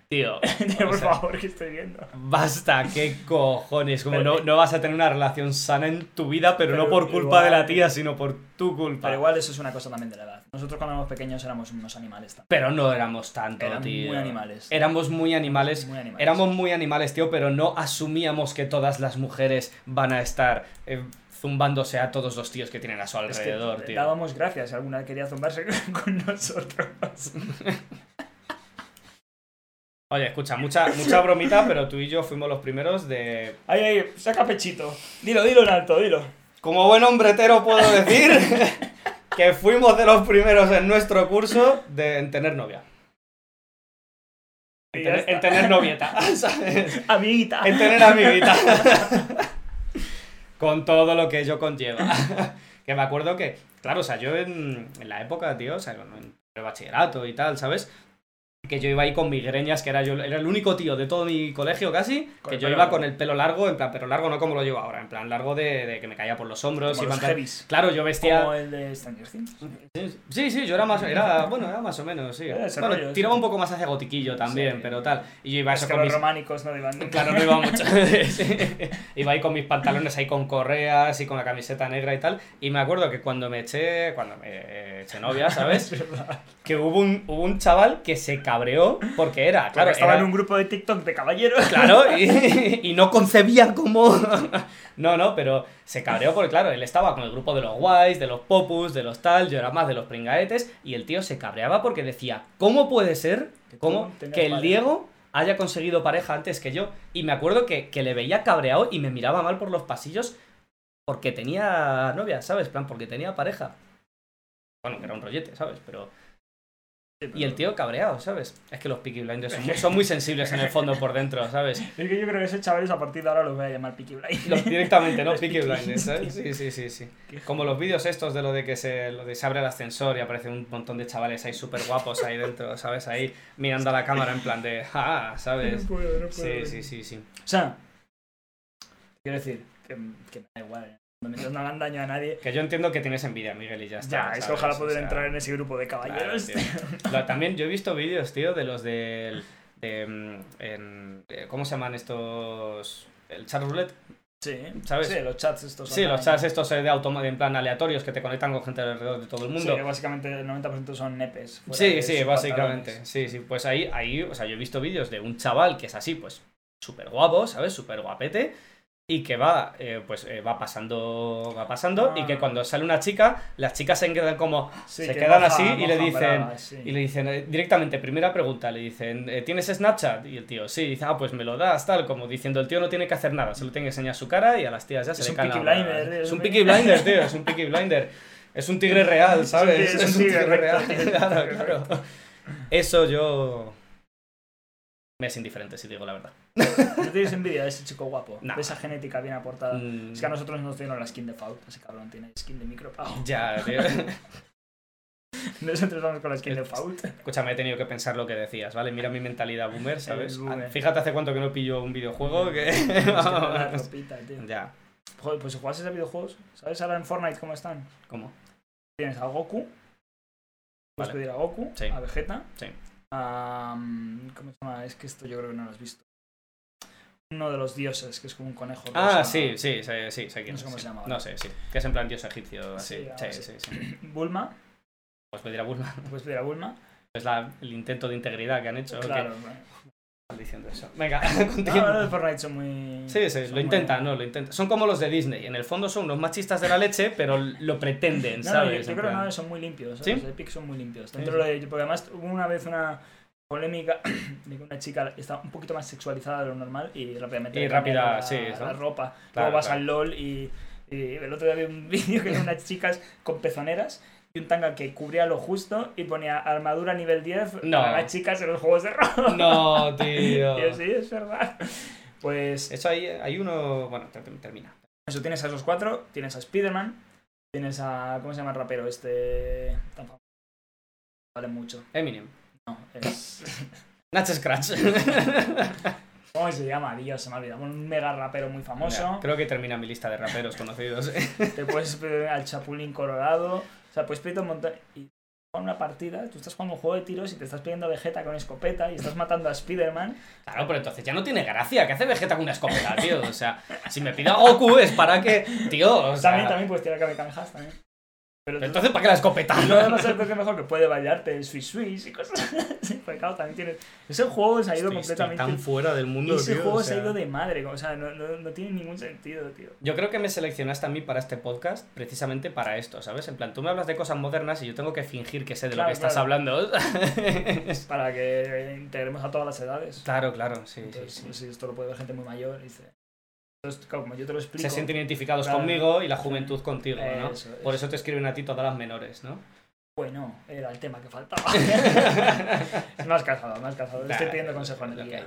Speaker 1: Tío, o
Speaker 2: Por
Speaker 1: sea,
Speaker 2: favor, que estoy viendo.
Speaker 1: basta, qué cojones, como no,
Speaker 2: Pero-
Speaker 1: no vas a tener una relación sana en tu vida, pero, no
Speaker 2: Pero
Speaker 1: por culpa de la
Speaker 2: igual-
Speaker 1: tía, sino por tu culpa.
Speaker 2: Pero
Speaker 1: Pero,
Speaker 2: igual eso es una cosa también de la edad. Nosotros cuando éramos pequeños éramos unos animales también.
Speaker 1: no éramos tanto,
Speaker 2: Éramos
Speaker 1: tío.
Speaker 2: muy animales.
Speaker 1: Éramos muy animales.
Speaker 2: Muy animales.
Speaker 1: Éramos muy animales, tío, pero no asumíamos que todas las mujeres van a estar eh, zumbándose a todos los tíos que tienen a su
Speaker 2: Es que
Speaker 1: alrededor,
Speaker 2: le
Speaker 1: tío.
Speaker 2: Dábamos gracias si alguna quería zumbarse [LAUGHS] con nosotros.
Speaker 1: Oye, escucha, mucha, mucha bromita, pero tú y yo fuimos los primeros de.
Speaker 2: Ahí, ahí, saca pechito. Dilo, dilo en alto, dilo.
Speaker 1: Como buen hombretero puedo decir [LAUGHS] que fuimos de los primeros en nuestro curso de en tener novia. En
Speaker 2: Y ya
Speaker 1: tener,
Speaker 2: está. [LAUGHS]
Speaker 1: en tener novieta, [LAUGHS] ¿sabes?
Speaker 2: Amiguita.
Speaker 1: En tener amiguita. Con todo lo que ello conlleva. que me acuerdo que, claro, o sea, yo en, en la época, tío, o sea, cuando en el bachillerato y tal, ¿sabes? Que yo iba ahí con migreñas, que era yo era el único tío de todo mi colegio casi,
Speaker 2: Con
Speaker 1: que
Speaker 2: el
Speaker 1: yo
Speaker 2: pelo
Speaker 1: iba
Speaker 2: largo.
Speaker 1: con el pelo largo, en plan, pero largo no como lo llevo ahora, en plan largo de, de que me caía por los hombros.
Speaker 2: Como
Speaker 1: iba en
Speaker 2: los
Speaker 1: plan-
Speaker 2: heavies.
Speaker 1: Claro, yo vestía...
Speaker 2: Como el de Stranger Things.
Speaker 1: Sí, sí, yo era más, era, bueno, era más o menos, sí.
Speaker 2: Era ese
Speaker 1: Bueno,
Speaker 2: rollo, sí.
Speaker 1: tiraba un poco más hacia gotiquillo también,
Speaker 2: Sí.
Speaker 1: pero tal. Y yo iba
Speaker 2: Es
Speaker 1: eso
Speaker 2: que
Speaker 1: con
Speaker 2: los
Speaker 1: mis-
Speaker 2: románicos no iban nunca. [LAUGHS]
Speaker 1: Claro, no iba mucho. [LAUGHS] Sí. iba ahí con mis pantalones ahí con correas y con la camiseta negra y tal. Y me acuerdo que cuando me eché, cuando me eché novia,
Speaker 2: [LAUGHS]
Speaker 1: ¿sabes?
Speaker 2: Es verdad.
Speaker 1: que hubo un, hubo un chaval que se cabreó porque era,
Speaker 2: Claro,
Speaker 1: claro,
Speaker 2: estaba
Speaker 1: era-
Speaker 2: en un [LAUGHS] grupo de TikTok de caballeros.
Speaker 1: Claro, y, y no concebía cómo. [LAUGHS] No, no, pero se cabreó porque, claro, él estaba con el grupo de los guays, de los popus, de los tal, yo era más de los pringaetes, y el tío se cabreaba porque decía: ¿Cómo puede ser
Speaker 2: Que tú
Speaker 1: cómo,
Speaker 2: tengas
Speaker 1: que el
Speaker 2: pareja".
Speaker 1: Diego haya conseguido pareja antes que yo? Y me acuerdo que, que le veía cabreado y me miraba mal por los pasillos porque tenía novia, ¿sabes? Plan, porque tenía pareja. Bueno, que era un rollete, ¿sabes? Pero. Y el tío cabreado, ¿sabes? Es que los Peaky Blinders son muy, son muy sensibles en el fondo por dentro, ¿sabes?
Speaker 2: Es que yo creo que esos chavales a partir de ahora los voy a llamar Peaky Blinders.
Speaker 1: Los- directamente, ¿no?
Speaker 2: Los
Speaker 1: Peaky
Speaker 2: Peaky
Speaker 1: Blinders, ¿sabes?
Speaker 2: Blinders.
Speaker 1: Sí, sí, sí, sí.
Speaker 2: Qué
Speaker 1: Como los vídeos estos de lo de que se, lo de se abre el ascensor y aparecen un montón de chavales ahí súper guapos ahí dentro, ¿sabes? Ahí mirando a la cámara en plan de, ah,
Speaker 2: [LAUGHS] No
Speaker 1: ¿sabes?
Speaker 2: puedo, no puedo.
Speaker 1: Sí, sí, sí, sí.
Speaker 2: O sea, quiero decir, que, que me da igual. Mientras no hagan daño a nadie,
Speaker 1: Que yo entiendo que tienes envidia, Miguel, y ya está.
Speaker 2: Ya, es que ojalá poder
Speaker 1: poder
Speaker 2: entrar en ese grupo de
Speaker 1: Claro,
Speaker 2: caballeros.
Speaker 1: tío. Lo- también yo he visto vídeos, tío, de los del- de... mm, en- eh, ¿Cómo se llaman estos...? El chat roulette.
Speaker 2: [LAUGHS] sí,
Speaker 1: ¿Sabes?
Speaker 2: Sí, los chats estos.
Speaker 1: Sí, los
Speaker 2: online.
Speaker 1: chats estos eh, de automa en plan aleatorios que te conectan con gente alrededor de todo el
Speaker 2: Sí,
Speaker 1: mundo.
Speaker 2: que básicamente el 90% son nepes. fuera
Speaker 1: Sí,
Speaker 2: de
Speaker 1: sí,
Speaker 2: sus
Speaker 1: básicamente.
Speaker 2: pantalones.
Speaker 1: Sí, sí. Pues ahí, ahí, o sea, yo he visto vídeos de un chaval que es así, pues, súper guapo, ¿sabes? Súper guapete. Y que va, eh, pues, eh, va pasando, va pasando. Y que
Speaker 2: Ah.
Speaker 1: cuando sale una chica, las chicas se quedan como...
Speaker 2: Sí,
Speaker 1: se
Speaker 2: que
Speaker 1: quedan
Speaker 2: moja-
Speaker 1: así y le
Speaker 2: mojan
Speaker 1: dicen...
Speaker 2: bragas, sí.
Speaker 1: Y le dicen, eh, directamente, primera pregunta, le dicen, eh, ¿tienes Snapchat? Y el tío, sí, dice, ah, pues me lo das, tal, como diciendo, el tío no tiene que hacer nada, solo tiene que enseñar su cara y a las tías ya se
Speaker 2: Es
Speaker 1: le
Speaker 2: un
Speaker 1: caen
Speaker 2: Peaky
Speaker 1: la-
Speaker 2: Blinder, eh, tío,
Speaker 1: Es un Peaky Blinder, tío, es un Peaky Blinder. Es un tigre real, ¿sabes?
Speaker 2: tigre- es un tigre recto, tío, es un
Speaker 1: claro,
Speaker 2: tigre
Speaker 1: claro. Eso yo... Me es indiferente, si digo la verdad.
Speaker 2: [LAUGHS] No tienes envidia de ese chico guapo.
Speaker 1: No.
Speaker 2: De esa genética bien aportada.
Speaker 1: Mm,
Speaker 2: Ah, Es que a nosotros nos dieron la skin de Fault. Ese cabrón tiene skin de micropau.
Speaker 1: Ya,
Speaker 2: [LAUGHS]
Speaker 1: tío. [LAUGHS]
Speaker 2: Nosotros vamos con la skin de Fault.
Speaker 1: Escúchame, he tenido que pensar lo que decías, ¿vale? Mira mi mentalidad boomer, ¿sabes? Ah,
Speaker 2: El boomer.
Speaker 1: Fíjate hace cuánto que no pillo un videojuego
Speaker 2: [LAUGHS]
Speaker 1: que...
Speaker 2: Es
Speaker 1: [LAUGHS]
Speaker 2: que la ropita, tío.
Speaker 1: ya,
Speaker 2: Joder, pues si jugases a videojuegos, ¿sabes ahora en Fortnite cómo están?
Speaker 1: ¿cómo?
Speaker 2: Tienes a Goku. Puedes
Speaker 1: Vale.
Speaker 2: pedir a Goku,
Speaker 1: Sí.
Speaker 2: a Vegeta.
Speaker 1: Sí.
Speaker 2: a, mm, ¿Cómo se llama? Es que esto yo creo que no lo has visto. Uno de los dioses, que es como un conejo.
Speaker 1: Ah,
Speaker 2: rosa.
Speaker 1: sí, sí, sí, sí, sé
Speaker 2: No
Speaker 1: quién es,
Speaker 2: sé cómo
Speaker 1: sí.
Speaker 2: se llama ahora.
Speaker 1: No sé, sí. Que es en plan dios egipcio, así.
Speaker 2: Sí, algo
Speaker 1: Sí, sí,
Speaker 2: así.
Speaker 1: sí.
Speaker 2: Bulma,
Speaker 1: Pues pedir a Bulma. [LAUGHS]
Speaker 2: puedes pedir a Bulma.
Speaker 1: Es la- el intento de integridad que han hecho. que- [LAUGHS]
Speaker 2: Claro, bueno,
Speaker 1: están diciendo eso. Venga, [LAUGHS]
Speaker 2: No,
Speaker 1: continúa.
Speaker 2: los de Fortnite son muy.
Speaker 1: Sí, sí,
Speaker 2: son
Speaker 1: lo
Speaker 2: muy-
Speaker 1: intentan, ¿no? Lo intentan. Son como los de Disney. En el fondo son unos machistas de la leche, pero lo pretenden,
Speaker 2: No, no, yo-
Speaker 1: ¿sabes?
Speaker 2: yo,
Speaker 1: En
Speaker 2: creo que
Speaker 1: plan-
Speaker 2: no, son muy limpios.
Speaker 1: ¿Sí?
Speaker 2: ¿sabes? Los Epic son muy limpios.
Speaker 1: Sí,
Speaker 2: Dentro
Speaker 1: sí.
Speaker 2: de- porque además hubo una vez una polémica [CLEARS THROAT] de que una chica está un poquito más sexualizada de lo normal y rápidamente.
Speaker 1: Y
Speaker 2: le cambia
Speaker 1: rápida,
Speaker 2: la,
Speaker 1: sí, eso.
Speaker 2: la ropa.
Speaker 1: Claro,
Speaker 2: Luego vas
Speaker 1: claro.
Speaker 2: al LOL y, y el otro día vi un [LAUGHS] vídeo que eran unas chicas con pezoneras. Y un tanga que cubría lo justo y ponía armadura nivel 10
Speaker 1: No.
Speaker 2: para las chicas en los juegos de rol.
Speaker 1: No, tío.
Speaker 2: Y [LAUGHS] yo, sí, es verdad. Pues
Speaker 1: Eso ahí hay uno. Bueno, ter- termina.
Speaker 2: Eso, tienes a esos cuatro, tienes a Spider-Man, tienes a. ¿Cómo se llama el rapero este? Tan famoso. Vale mucho.
Speaker 1: Eminem.
Speaker 2: No,
Speaker 1: [LAUGHS]
Speaker 2: es.
Speaker 1: Nach Scratch.
Speaker 2: ¿Cómo se llama? Dios, se me ha olvidado. Un mega rapero muy famoso.
Speaker 1: [LAUGHS] Mira, creo que termina mi lista de raperos conocidos.
Speaker 2: Te puedes pedir al Chapulín Colorado. O sea, puedes pedirte un montón. Y con una partida, tú estás jugando un juego de tiros y te estás pidiendo a Vegeta con escopeta y estás matando a Spider-Man.
Speaker 1: Claro, pero entonces ya no tiene gracia. ¿Qué hace Vegeta con una escopeta, tío? O sea, si me pida Goku es para que. Tío, o sea.
Speaker 2: También, también puedes tirar Kamehamehas también. Pero tú-
Speaker 1: Entonces, ¿para qué la escopeta?
Speaker 2: Y luego además creo que mejor que puede bailarte el Swiss Swiss y cosas [LAUGHS] así. Porque claro, también tiene... Ese juego se ha ido
Speaker 1: Estoy- estoy
Speaker 2: completamente...
Speaker 1: tan fuera del
Speaker 2: Y
Speaker 1: mundo.
Speaker 2: ese
Speaker 1: tío,
Speaker 2: juego
Speaker 1: o
Speaker 2: se
Speaker 1: sea.
Speaker 2: ha ido de madre, o sea, no, no, no tiene ningún sentido,
Speaker 1: [LAUGHS]
Speaker 2: tío.
Speaker 1: Yo creo que me seleccionaste a mí para este podcast precisamente para esto, ¿sabes? En plan, tú me hablas de cosas modernas y yo tengo que fingir que sé de lo
Speaker 2: Claro,
Speaker 1: que estás
Speaker 2: claro.
Speaker 1: hablando. [LAUGHS]
Speaker 2: Para que eh, integremos a todas las edades.
Speaker 1: claro, claro, sí, sí,
Speaker 2: Entonces,
Speaker 1: sí.
Speaker 2: pues, esto lo puede ver gente muy mayor, dice. Entonces, claro, como yo te lo explico...
Speaker 1: Se sienten identificados
Speaker 2: Claro.
Speaker 1: conmigo y la juventud contigo, ¿no?
Speaker 2: Eso,
Speaker 1: Por
Speaker 2: eso.
Speaker 1: eso te escriben a ti todas las menores,
Speaker 2: [LAUGHS]
Speaker 1: ¿no? [LAUGHS]
Speaker 2: Bueno, era el tema que faltaba. me has cazado, me has cazado. Le Estoy
Speaker 1: Nah,
Speaker 2: pidiendo consejo a Enrique.
Speaker 1: ok.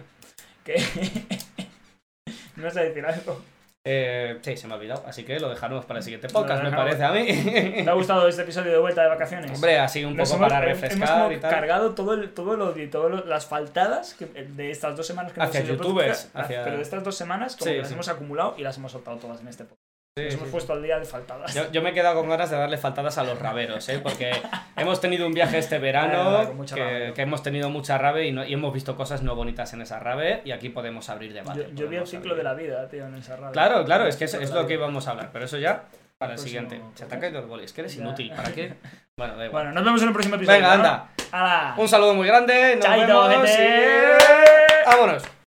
Speaker 2: Que... [LAUGHS] ¿No vas a decir algo?
Speaker 1: Eh, sí, se me ha olvidado, así que lo dejaremos para el siguiente podcast,
Speaker 2: Lo
Speaker 1: me parece a mí. [LAUGHS]
Speaker 2: ¿Te ha gustado este episodio de vuelta de vacaciones?
Speaker 1: Hombre, así un
Speaker 2: Nos
Speaker 1: poco
Speaker 2: hemos-
Speaker 1: para
Speaker 2: hem- hemos
Speaker 1: refrescar
Speaker 2: como
Speaker 1: y tal.
Speaker 2: cargado todo el, todo el odio y todas las faltadas que- de estas dos semanas que
Speaker 1: Hacia
Speaker 2: hemos hecho
Speaker 1: youtubers,
Speaker 2: podcast,
Speaker 1: hacia-
Speaker 2: Pero de estas dos semanas, como
Speaker 1: Sí,
Speaker 2: que las
Speaker 1: sí.
Speaker 2: hemos acumulado y las hemos soltado todas en este podcast.
Speaker 1: Sí,
Speaker 2: Nos
Speaker 1: sí,
Speaker 2: hemos
Speaker 1: sí.
Speaker 2: puesto al día de faltadas. [LAUGHS]
Speaker 1: Yo, yo me he quedado con ganas de darle faltadas a los raberos, ¿eh? porque hemos tenido un viaje este
Speaker 2: Ah,
Speaker 1: verano
Speaker 2: con mucha
Speaker 1: que,
Speaker 2: rabia.
Speaker 1: que hemos tenido mucha rave y, no- y hemos visto cosas no bonitas en esa rave y aquí podemos abrir debate.
Speaker 2: Yo, yo vi el
Speaker 1: podemos
Speaker 2: ciclo
Speaker 1: abrir.
Speaker 2: de la vida, tío, en esa radio.
Speaker 1: Claro, claro, es que es,
Speaker 2: El
Speaker 1: es
Speaker 2: ciclo de
Speaker 1: lo que
Speaker 2: la vida.
Speaker 1: íbamos a hablar, pero eso ya para el
Speaker 2: Próximo
Speaker 1: siguiente. Se te
Speaker 2: podcast.
Speaker 1: han caído los bolis, que eres
Speaker 2: Ya.
Speaker 1: inútil,
Speaker 2: [LAUGHS]
Speaker 1: ¿para qué? Bueno, da igual.
Speaker 2: Bueno, nos vemos en el próximo episodio.
Speaker 1: Venga,
Speaker 2: ¿no?
Speaker 1: anda.
Speaker 2: ¡Hala!
Speaker 1: Un saludo muy grande, nos
Speaker 2: Chaito,
Speaker 1: vemos
Speaker 2: gente.
Speaker 1: y- ¡Vámonos!